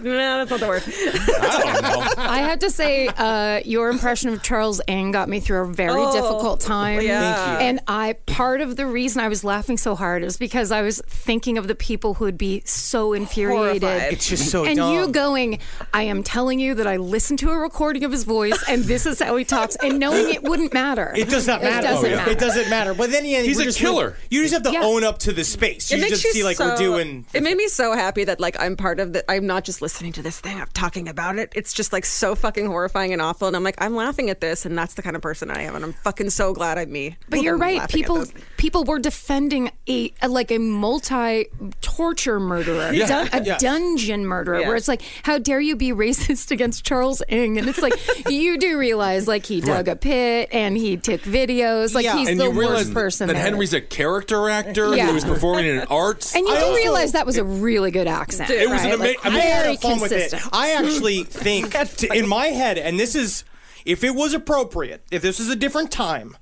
[SPEAKER 7] no, that's not the word.
[SPEAKER 3] I don't know.
[SPEAKER 5] I had to say, uh, your impression of Charles Ng got me through a very
[SPEAKER 7] Oh,
[SPEAKER 5] difficult time.
[SPEAKER 7] yeah. Thank
[SPEAKER 5] And I, part of the reason I was laughing so hard is because I was thinking of the people who would be so infuriated.
[SPEAKER 7] Horrified.
[SPEAKER 6] It's just so
[SPEAKER 5] and
[SPEAKER 6] dumb.
[SPEAKER 5] you going, I am telling you that I listened to a recording of his voice, and this is how he talks, and knowing it wouldn't matter.
[SPEAKER 6] It does not matter.
[SPEAKER 5] It doesn't matter.
[SPEAKER 6] It doesn't matter. But then yeah,
[SPEAKER 3] Oh, He's
[SPEAKER 6] we're
[SPEAKER 3] a
[SPEAKER 6] just-
[SPEAKER 3] killer.
[SPEAKER 6] you just have to
[SPEAKER 5] Yeah.
[SPEAKER 6] own up to the space.
[SPEAKER 7] It
[SPEAKER 6] You
[SPEAKER 7] makes
[SPEAKER 6] just
[SPEAKER 7] you
[SPEAKER 6] see like
[SPEAKER 7] so,
[SPEAKER 6] we're doing.
[SPEAKER 7] It made me so happy that like I'm part of the. I'm not just listening to this thing. I'm talking about it. It's just like so fucking horrifying and awful. And I'm like, I'm laughing at this, and that's the kind of person I am. And I'm fucking so glad I'm me.
[SPEAKER 5] But you're
[SPEAKER 7] I'm
[SPEAKER 5] right.
[SPEAKER 7] laughing at
[SPEAKER 5] People
[SPEAKER 7] this.
[SPEAKER 5] people were defending a, a- like a multi torture murderer, dun- a dungeon murderer,
[SPEAKER 7] Yeah.
[SPEAKER 5] where it's like, how dare you be racist against Charles Ng? And it's like, you do realize like he dug a pit and he took videos, like
[SPEAKER 6] Yeah.
[SPEAKER 5] he's
[SPEAKER 3] And
[SPEAKER 5] the
[SPEAKER 3] you realize
[SPEAKER 5] worst person.
[SPEAKER 3] that
[SPEAKER 5] there.
[SPEAKER 3] Henry's a character actor
[SPEAKER 5] Yeah.
[SPEAKER 3] who was performing in an arts.
[SPEAKER 5] and you
[SPEAKER 3] I
[SPEAKER 5] do
[SPEAKER 3] also-
[SPEAKER 5] realize that was a really good accent.
[SPEAKER 3] It was
[SPEAKER 5] right?
[SPEAKER 3] an
[SPEAKER 5] Like,
[SPEAKER 3] ama- I mean-
[SPEAKER 6] I had
[SPEAKER 5] very
[SPEAKER 6] fun
[SPEAKER 5] consistent.
[SPEAKER 6] with it. I actually think to, in my head, and this is if it was appropriate, if this was a different time,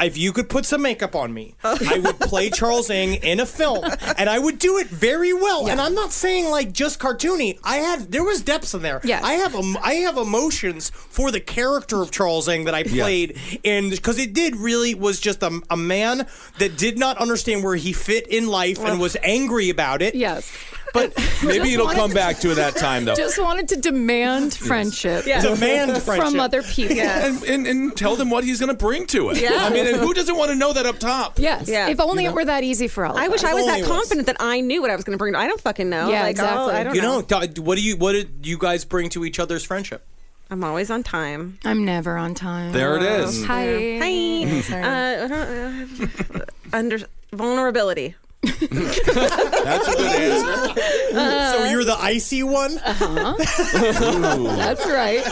[SPEAKER 6] if you could put some makeup on me,
[SPEAKER 5] Oh.
[SPEAKER 6] I would play Charles Ng in a film, and I would do it very well. And I'm not saying like just cartoony. I had there was depths in there.
[SPEAKER 5] Yes.
[SPEAKER 6] I have em- I have emotions for the character of Charles Ng that I played in because it did really was just a, a man that did not understand where he fit in life and was angry about it.
[SPEAKER 5] Yes.
[SPEAKER 6] But
[SPEAKER 3] Maybe
[SPEAKER 5] Just
[SPEAKER 3] it'll
[SPEAKER 5] wanted
[SPEAKER 3] come
[SPEAKER 5] to-
[SPEAKER 3] back to that time though.
[SPEAKER 5] Just wanted to demand friendship
[SPEAKER 6] demand friendship.
[SPEAKER 5] from other people.
[SPEAKER 3] and, and, and tell them what he's going to bring to it.
[SPEAKER 7] Yeah.
[SPEAKER 3] I mean, and who doesn't want to know that up top?
[SPEAKER 5] Yes.
[SPEAKER 7] Yeah.
[SPEAKER 5] If only it were that easy for all of
[SPEAKER 7] I wish
[SPEAKER 5] us.
[SPEAKER 7] I was that
[SPEAKER 6] Only was.
[SPEAKER 7] confident that I knew what I was going to bring. I don't fucking know.
[SPEAKER 5] Yeah,
[SPEAKER 7] like,
[SPEAKER 5] exactly.
[SPEAKER 7] Oh, I don't
[SPEAKER 6] You
[SPEAKER 7] know.
[SPEAKER 6] know, do- what do you what did you guys bring to each other's friendship?
[SPEAKER 7] I'm always on time.
[SPEAKER 5] I'm never on time.
[SPEAKER 3] There it is.
[SPEAKER 5] Hi.
[SPEAKER 7] Hi. Uh, I don't- uh, under vulnerability.
[SPEAKER 3] That's a good answer.
[SPEAKER 5] Uh,
[SPEAKER 6] so you're the icy one.
[SPEAKER 5] Uh-huh. That's right.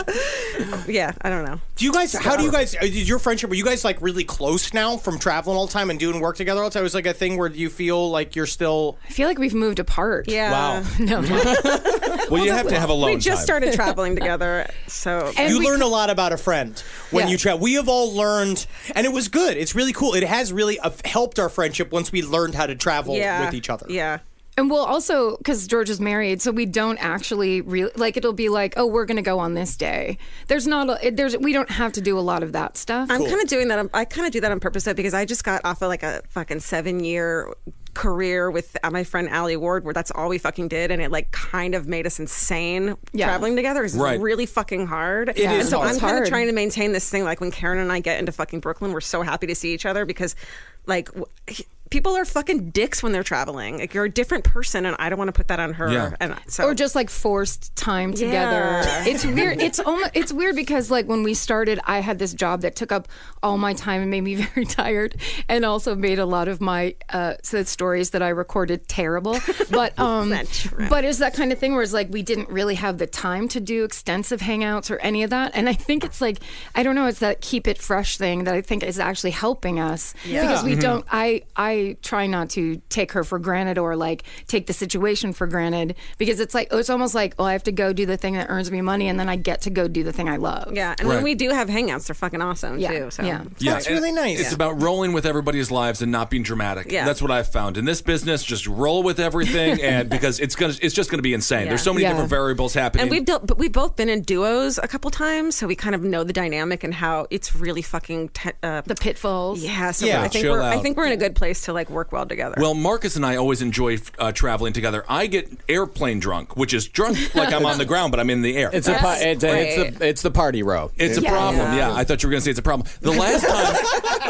[SPEAKER 7] Yeah, I don't know.
[SPEAKER 6] Do you guys? How do you guys? uh, Is your friendship? Are you guys like really close now from traveling all the time and doing work together all the time? It was like a thing where you feel like you're still.
[SPEAKER 5] I feel like we've moved apart.
[SPEAKER 7] Yeah.
[SPEAKER 6] Wow.
[SPEAKER 5] No. no.
[SPEAKER 3] Well, you have to have a
[SPEAKER 7] We
[SPEAKER 3] alone
[SPEAKER 7] just
[SPEAKER 3] time.
[SPEAKER 7] started traveling together, so
[SPEAKER 5] And
[SPEAKER 6] you
[SPEAKER 5] we-
[SPEAKER 6] learn a lot about a friend when
[SPEAKER 5] Yeah.
[SPEAKER 6] you travel. We have all learned, and it was good. It's really cool. It has really uh, helped our friendship once we learned how to travel
[SPEAKER 7] yeah,
[SPEAKER 6] with each other.
[SPEAKER 7] Yeah.
[SPEAKER 5] And we'll also, because George is married, so we don't actually really like. It'll be like, oh, we're gonna go on this day. There's not. A, it- there's. We don't have to do a lot of that stuff.
[SPEAKER 7] I'm kind of doing that. on- I kind of do that on purpose though, because I just got off of like a fucking seven year career with uh, my friend Allie Ward, where that's all we fucking did, and it like kind of made us insane
[SPEAKER 5] Yeah.
[SPEAKER 7] traveling together. It's
[SPEAKER 3] Right.
[SPEAKER 7] really fucking hard. It
[SPEAKER 5] is
[SPEAKER 7] So
[SPEAKER 5] hard.
[SPEAKER 7] I'm
[SPEAKER 5] It's
[SPEAKER 7] kind
[SPEAKER 5] hard.
[SPEAKER 7] of trying to maintain this thing. Like when Karen and I get into fucking Brooklyn, we're so happy to see each other because, like. W- he- People are fucking dicks when they're traveling. Like you're a different person, and I don't want to put that on her.
[SPEAKER 3] Yeah.
[SPEAKER 7] And so,
[SPEAKER 5] or just like forced time together.
[SPEAKER 7] Yeah.
[SPEAKER 5] It's weird. It's almost it's weird because like when we started, I had this job that took up all my time and made me very tired, and also made a lot of my uh, so the stories that I recorded terrible. But um,
[SPEAKER 7] not true.
[SPEAKER 5] but it's that kind of thing where it's like we didn't really have the time to do extensive hangouts or any of that. And I think it's like I don't know. It's that keep it fresh thing that I think is actually helping us because
[SPEAKER 3] Mm-hmm.
[SPEAKER 5] we don't. I I try not to take her for granted or like take the situation for granted because it's like oh, it's almost like oh I have to go do the thing that earns me money and then I get to go do the thing I love.
[SPEAKER 7] yeah. And
[SPEAKER 3] Right.
[SPEAKER 7] when we do have hangouts, they're fucking awesome
[SPEAKER 5] Yeah.
[SPEAKER 7] too. So
[SPEAKER 5] Yeah.
[SPEAKER 6] That's really
[SPEAKER 3] and
[SPEAKER 6] nice.
[SPEAKER 3] It's
[SPEAKER 6] Yeah.
[SPEAKER 3] about rolling with everybody's lives and not being dramatic.
[SPEAKER 7] Yeah.
[SPEAKER 3] That's what I've found in this business. Just roll with everything, and because it's gonna, it's just gonna be insane.
[SPEAKER 7] Yeah.
[SPEAKER 3] There's so many
[SPEAKER 5] Yeah.
[SPEAKER 3] different variables happening.
[SPEAKER 7] And we've dealt, but we've both been in duos a couple times, so we kind of know the dynamic and how it's really fucking. Te- uh,
[SPEAKER 5] The pitfalls.
[SPEAKER 7] yeah, so
[SPEAKER 6] Yeah.
[SPEAKER 7] I think
[SPEAKER 3] Chill
[SPEAKER 7] we're I
[SPEAKER 3] out.
[SPEAKER 7] think we're in a good place to like work well together.
[SPEAKER 3] Well, Marcus and I always enjoy uh, traveling together. I get airplane drunk, which is drunk like I'm on the ground, but I'm in the air.
[SPEAKER 8] It's a pa- it's, a, it's, a, it's the party row.
[SPEAKER 3] It's a problem. Yeah. I thought you were going to say it's a problem. The last time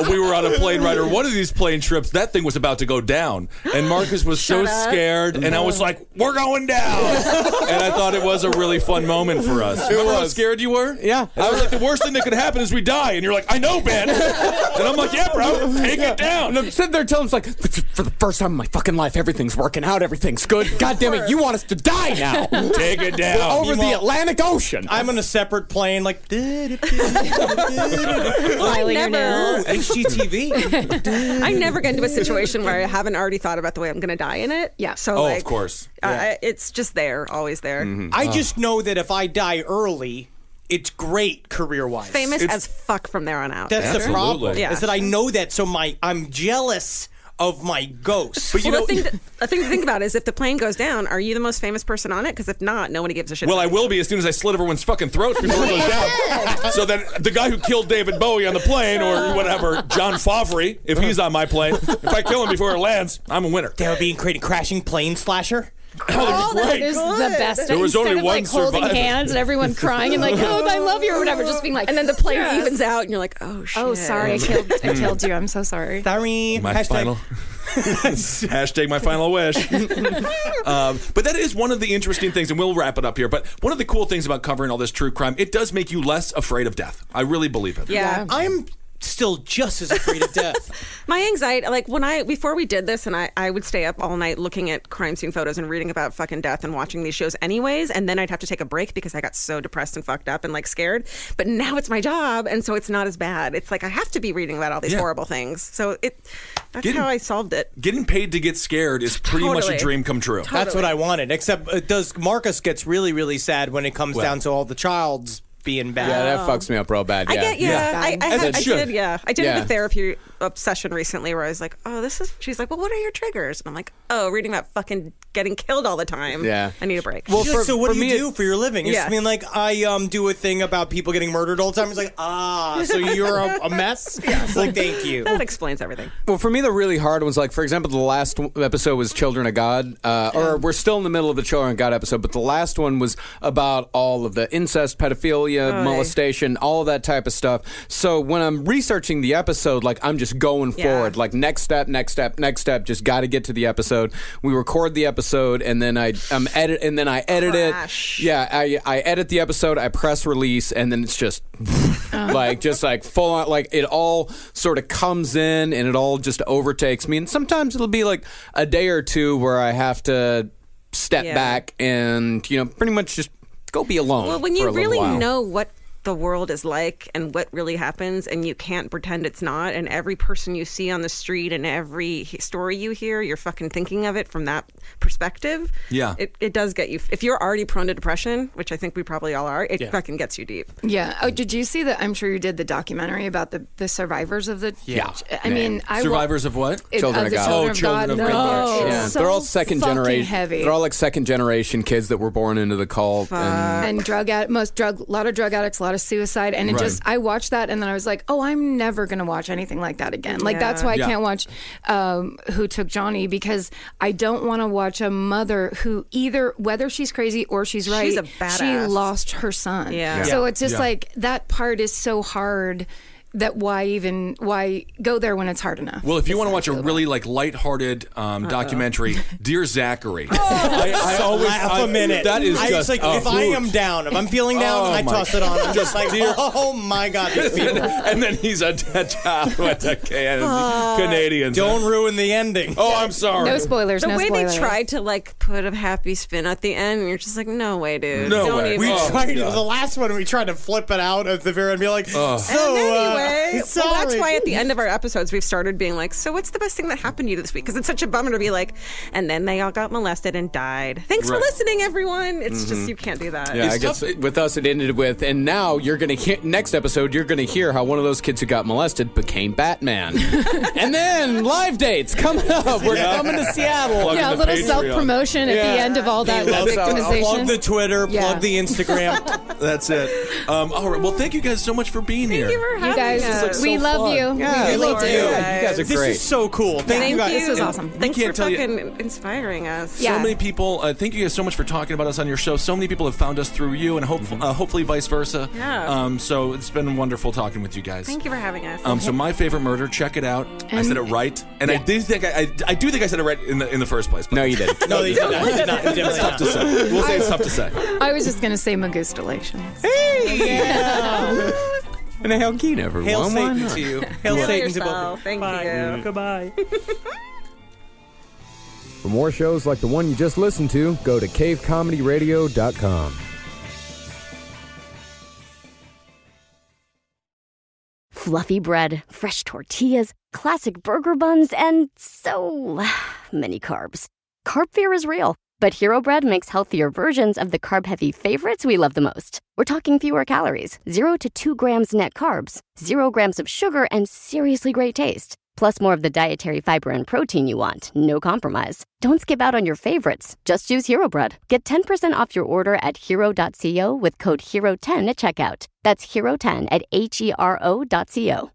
[SPEAKER 3] we were on a plane ride or one of these plane trips, that thing was about to go down, and Marcus was so
[SPEAKER 7] Shut up.
[SPEAKER 3] scared, and I was like, "We're going down," and I thought it was a really fun moment for us. Remember how scared you were?
[SPEAKER 8] Yeah.
[SPEAKER 3] I was like, "The worst thing that could happen is we die," and you're like, "I know, Ben," and I'm like, "Yeah, bro, take it down."
[SPEAKER 8] And I'm sitting there telling him, like, for the first time in my fucking life, everything's working out, everything's good. God damn it, you want us to die now?
[SPEAKER 3] Take it down.
[SPEAKER 8] We're over the Atlantic Ocean.
[SPEAKER 6] I'm on a separate plane, like
[SPEAKER 7] I never,
[SPEAKER 6] HGTV.
[SPEAKER 7] I never get into a situation where I haven't already thought about the way I'm going to die in it.
[SPEAKER 5] Yeah.
[SPEAKER 7] So,
[SPEAKER 3] Oh,
[SPEAKER 7] like,
[SPEAKER 3] of course. Mm-hmm.
[SPEAKER 7] uh, it's just there, always there.
[SPEAKER 6] I just know that if I die early, it's great career wise.
[SPEAKER 7] Famous as fuck from there on out.
[SPEAKER 6] That's the
[SPEAKER 3] Absolutely.
[SPEAKER 6] problem.
[SPEAKER 7] Yeah.
[SPEAKER 6] Is that I know that, so my I'm jealous of my ghost.
[SPEAKER 7] well, the thing, to, the thing to think about is if the plane goes down, are you the most famous person on it? Because if not, nobody gives a shit.
[SPEAKER 3] Well, I
[SPEAKER 7] about
[SPEAKER 3] will be as soon as I slit everyone's fucking throats before it goes down. so then the guy who killed David Bowie on the plane or whatever, John Favre, if he's on my plane, if I kill him before it lands, I'm a winner.
[SPEAKER 6] that would be creating crashing plane slasher.
[SPEAKER 3] Oh, that'd be great.
[SPEAKER 9] Is the best.
[SPEAKER 3] There was
[SPEAKER 9] Instead
[SPEAKER 3] only
[SPEAKER 9] of
[SPEAKER 3] one
[SPEAKER 9] like holding
[SPEAKER 3] survivor.
[SPEAKER 9] hands and everyone crying and like, oh, I love you or whatever, just being like,
[SPEAKER 7] And then the plane
[SPEAKER 9] "Yes."
[SPEAKER 7] evens out, and you're like, oh shit.
[SPEAKER 5] Oh, sorry, I killed,
[SPEAKER 3] Mm.
[SPEAKER 5] I killed you. I'm so sorry.
[SPEAKER 6] Sorry.
[SPEAKER 3] My
[SPEAKER 6] Hashtag-
[SPEAKER 3] final. Hashtag my final wish. um, but that is one of the interesting things, and we'll wrap it up here. But one of the cool things about covering all this true crime, it does make you less afraid of death. I really believe it.
[SPEAKER 7] Yeah.
[SPEAKER 6] I'm still just as afraid of death.
[SPEAKER 7] My anxiety, like when I before we did this, and I I would stay up all night looking at crime scene photos and reading about fucking death and watching these shows anyways, and then I'd have to take a break because I got so depressed and fucked up and like scared. But now it's my job, and so it's not as bad. It's like I have to be reading about all these
[SPEAKER 3] Yeah.
[SPEAKER 7] horrible things. So it that's
[SPEAKER 3] Getting-
[SPEAKER 7] how I solved it.
[SPEAKER 3] Getting paid to get scared is pretty much
[SPEAKER 7] Totally.
[SPEAKER 3] a dream come true.
[SPEAKER 6] That's what I wanted. Except it does Marcus gets really really sad when it comes down to all the child's being bad.
[SPEAKER 8] yeah, that fucks me up real bad.
[SPEAKER 7] I
[SPEAKER 8] yeah.
[SPEAKER 7] get, yeah. I, I,
[SPEAKER 3] As
[SPEAKER 7] had,
[SPEAKER 3] it
[SPEAKER 7] I
[SPEAKER 3] should.
[SPEAKER 7] did, yeah. I did have
[SPEAKER 8] Yeah.
[SPEAKER 7] a therapy obsession recently where I was like, oh, this is, she's like, well, what are your triggers? And I'm like, oh, reading about fucking getting killed all the time.
[SPEAKER 8] Yeah.
[SPEAKER 7] I need a break.
[SPEAKER 8] Well,
[SPEAKER 6] She's like,
[SPEAKER 8] for-
[SPEAKER 6] so what
[SPEAKER 8] for
[SPEAKER 6] do you
[SPEAKER 8] me, it-
[SPEAKER 6] do for your living? You're
[SPEAKER 7] Yeah.
[SPEAKER 6] just being like, I um, do a thing about people getting murdered all the time. It's like, ah, so you're a, a mess? It's like, thank you.
[SPEAKER 7] that explains everything.
[SPEAKER 8] Well, for me, the really hard ones, like for example, the last w- episode was Children of God, uh, or we're still in the middle of the Children of God episode, but the last one was about all of the incest, pedophilia, molestation, all of that type of stuff. So when I'm researching the episode, like I'm just going
[SPEAKER 7] Yeah.
[SPEAKER 8] forward, like next step, next step, next step. Just got to get to the episode. We record the episode, and then I um, edit, and then I edit
[SPEAKER 7] Crash.
[SPEAKER 8] it. Yeah, I I edit the episode, I press release, and then it's just like just like full on like it all sort of comes in and it all just overtakes me and sometimes it'll be like a day or two where i have to step
[SPEAKER 7] Yeah.
[SPEAKER 8] back and you know pretty much just go be alone
[SPEAKER 7] Well, when
[SPEAKER 8] for
[SPEAKER 7] you
[SPEAKER 8] a little
[SPEAKER 7] really
[SPEAKER 8] while.
[SPEAKER 7] know what the world is like and what really happens, and you can't pretend it's not, and every person you see on the street and every h- story you hear, you're fucking thinking of it from that perspective.
[SPEAKER 3] Yeah.
[SPEAKER 7] It, it does get you. If you're already prone to depression, which I think we probably all are, it fucking gets you deep.
[SPEAKER 5] Yeah. Oh, did you see that? I'm sure you did the documentary about the, the survivors of the.
[SPEAKER 8] Yeah.
[SPEAKER 5] I mean, I wa-
[SPEAKER 3] Survivors of what?
[SPEAKER 5] it-
[SPEAKER 8] Children
[SPEAKER 5] of
[SPEAKER 8] of
[SPEAKER 5] the
[SPEAKER 8] God.
[SPEAKER 3] Oh,
[SPEAKER 8] Oh,
[SPEAKER 5] Children of
[SPEAKER 3] Children of
[SPEAKER 5] God.
[SPEAKER 3] God.
[SPEAKER 5] No,
[SPEAKER 8] yeah,
[SPEAKER 5] it's so
[SPEAKER 8] they're all second
[SPEAKER 5] fucking
[SPEAKER 8] generation.
[SPEAKER 5] Heavy.
[SPEAKER 8] They're all like second generation kids that were born into the cult. And
[SPEAKER 5] and drug ad- most drug a lot of drug addicts a lot of suicide and it just i watched that and then i was like oh i'm never gonna watch anything like that again like that's why i
[SPEAKER 3] Yeah.
[SPEAKER 5] can't watch um, who took johnny because i don't want to watch a mother who either whether she's crazy or she's right
[SPEAKER 7] She's a
[SPEAKER 5] she
[SPEAKER 7] badass.
[SPEAKER 5] lost her son
[SPEAKER 7] Yeah.
[SPEAKER 5] so it's just
[SPEAKER 3] Yeah.
[SPEAKER 5] like that part is so hard that why even why go there when it's hard enough
[SPEAKER 3] Well, if you want to watch a really like lighthearted um, documentary, Dear Zachary, I, I always
[SPEAKER 6] Oh, Laugh
[SPEAKER 3] I-
[SPEAKER 6] a minute.
[SPEAKER 3] That is
[SPEAKER 6] I,
[SPEAKER 3] just
[SPEAKER 6] it's like
[SPEAKER 3] a
[SPEAKER 6] if I
[SPEAKER 3] hoot.
[SPEAKER 6] am down, if I'm feeling down,
[SPEAKER 3] Oh
[SPEAKER 6] I
[SPEAKER 3] my
[SPEAKER 6] toss it on. I'm just like,
[SPEAKER 3] dear-
[SPEAKER 6] oh my god, these people.
[SPEAKER 3] and then he's a dead child with the can- Canadians.
[SPEAKER 6] Don't ruin the ending.
[SPEAKER 3] Oh, I'm sorry.
[SPEAKER 5] no spoilers
[SPEAKER 7] The
[SPEAKER 5] no
[SPEAKER 7] way
[SPEAKER 5] spoilers
[SPEAKER 7] they tried to like put a happy spin at the end, and you're just like, no way, dude.
[SPEAKER 3] No
[SPEAKER 7] Don't
[SPEAKER 3] way.
[SPEAKER 7] Even.
[SPEAKER 6] We
[SPEAKER 3] Oh,
[SPEAKER 6] tried
[SPEAKER 3] God.
[SPEAKER 6] the last one. We tried to flip it out at the very end, and be like, so uh,
[SPEAKER 7] anyway,
[SPEAKER 6] sorry.
[SPEAKER 7] well, that's why at the end of our episodes we've started being like, so what's the best thing that happened to you this week? Because it's such a bummer to be like, and then they all got molested and died. Thanks
[SPEAKER 3] Right.
[SPEAKER 7] for listening, everyone. It's just you can't do that.
[SPEAKER 8] yeah,
[SPEAKER 3] It's
[SPEAKER 8] I guess
[SPEAKER 3] tough.
[SPEAKER 8] with us it ended with, and now you're gonna hear next episode. You're gonna hear how one of those kids who got molested became Batman, and then live dates coming up. We're coming to Seattle.
[SPEAKER 3] Plug in
[SPEAKER 9] yeah, a
[SPEAKER 3] the
[SPEAKER 9] little
[SPEAKER 3] Patreon.
[SPEAKER 9] self promotion at the end of all that
[SPEAKER 8] That's how-
[SPEAKER 6] Plug the
[SPEAKER 9] victimization.
[SPEAKER 6] Twitter,
[SPEAKER 9] Yeah.
[SPEAKER 6] plug the Instagram.
[SPEAKER 3] That's it. Um, all right. Well, thank you guys so much for being here.
[SPEAKER 7] Thank you for having
[SPEAKER 9] You guys guys.
[SPEAKER 7] This is, like, so
[SPEAKER 9] we love
[SPEAKER 8] fun.
[SPEAKER 9] you.
[SPEAKER 6] Yeah,
[SPEAKER 9] we
[SPEAKER 6] I
[SPEAKER 9] really
[SPEAKER 6] love
[SPEAKER 9] do.
[SPEAKER 6] you.
[SPEAKER 8] Yeah, you guys are
[SPEAKER 6] this
[SPEAKER 8] great.
[SPEAKER 6] is so cool. Thank you guys.
[SPEAKER 7] This was
[SPEAKER 3] And
[SPEAKER 7] awesome.
[SPEAKER 3] we
[SPEAKER 7] Thanks
[SPEAKER 3] can't
[SPEAKER 7] for
[SPEAKER 3] tell you-
[SPEAKER 7] fucking inspiring us.
[SPEAKER 9] Yeah.
[SPEAKER 3] So many people. Uh, thank you guys so much for talking about us on your show. So many people have found us through you, and hope,
[SPEAKER 6] Mm-hmm.
[SPEAKER 3] uh, hopefully vice versa.
[SPEAKER 7] Yeah.
[SPEAKER 3] Um. So it's been wonderful talking with you guys.
[SPEAKER 7] Thank you for having us.
[SPEAKER 3] Um, so my favorite murder, check it out. I
[SPEAKER 5] And-
[SPEAKER 3] said it right, and I do think I, I, I do think I said it right in the in the first place. But
[SPEAKER 8] No, you didn't.
[SPEAKER 6] No, they did not. They did not. They did
[SPEAKER 3] it's tough
[SPEAKER 6] not.
[SPEAKER 3] to say. We'll say it's tough to say.
[SPEAKER 5] I was just gonna say Magustalations.
[SPEAKER 8] And a Hail Keen, everyone.
[SPEAKER 6] Hail
[SPEAKER 8] Why
[SPEAKER 6] Satan
[SPEAKER 8] not?
[SPEAKER 6] to you. Hail
[SPEAKER 7] Kill
[SPEAKER 6] Satan to both. of
[SPEAKER 7] yourself. Thank you.
[SPEAKER 6] Goodbye.
[SPEAKER 10] For more shows like the one you just listened to, go to cavecomedyradio.com.
[SPEAKER 4] Fluffy bread, fresh tortillas, classic burger buns, and so many carbs. Carb fear is real, but Hero Bread makes healthier versions of the carb heavy favorites we love the most. We're talking fewer calories, 0 to 2 grams net carbs, 0 grams of sugar, and seriously great taste. Plus, more of the dietary fiber and protein you want, no compromise. Don't skip out on your favorites. Just use Hero Bread. Get 10% off your order at hero.co with code HERO10 at checkout. That's HERO10 at H E R O dot C O.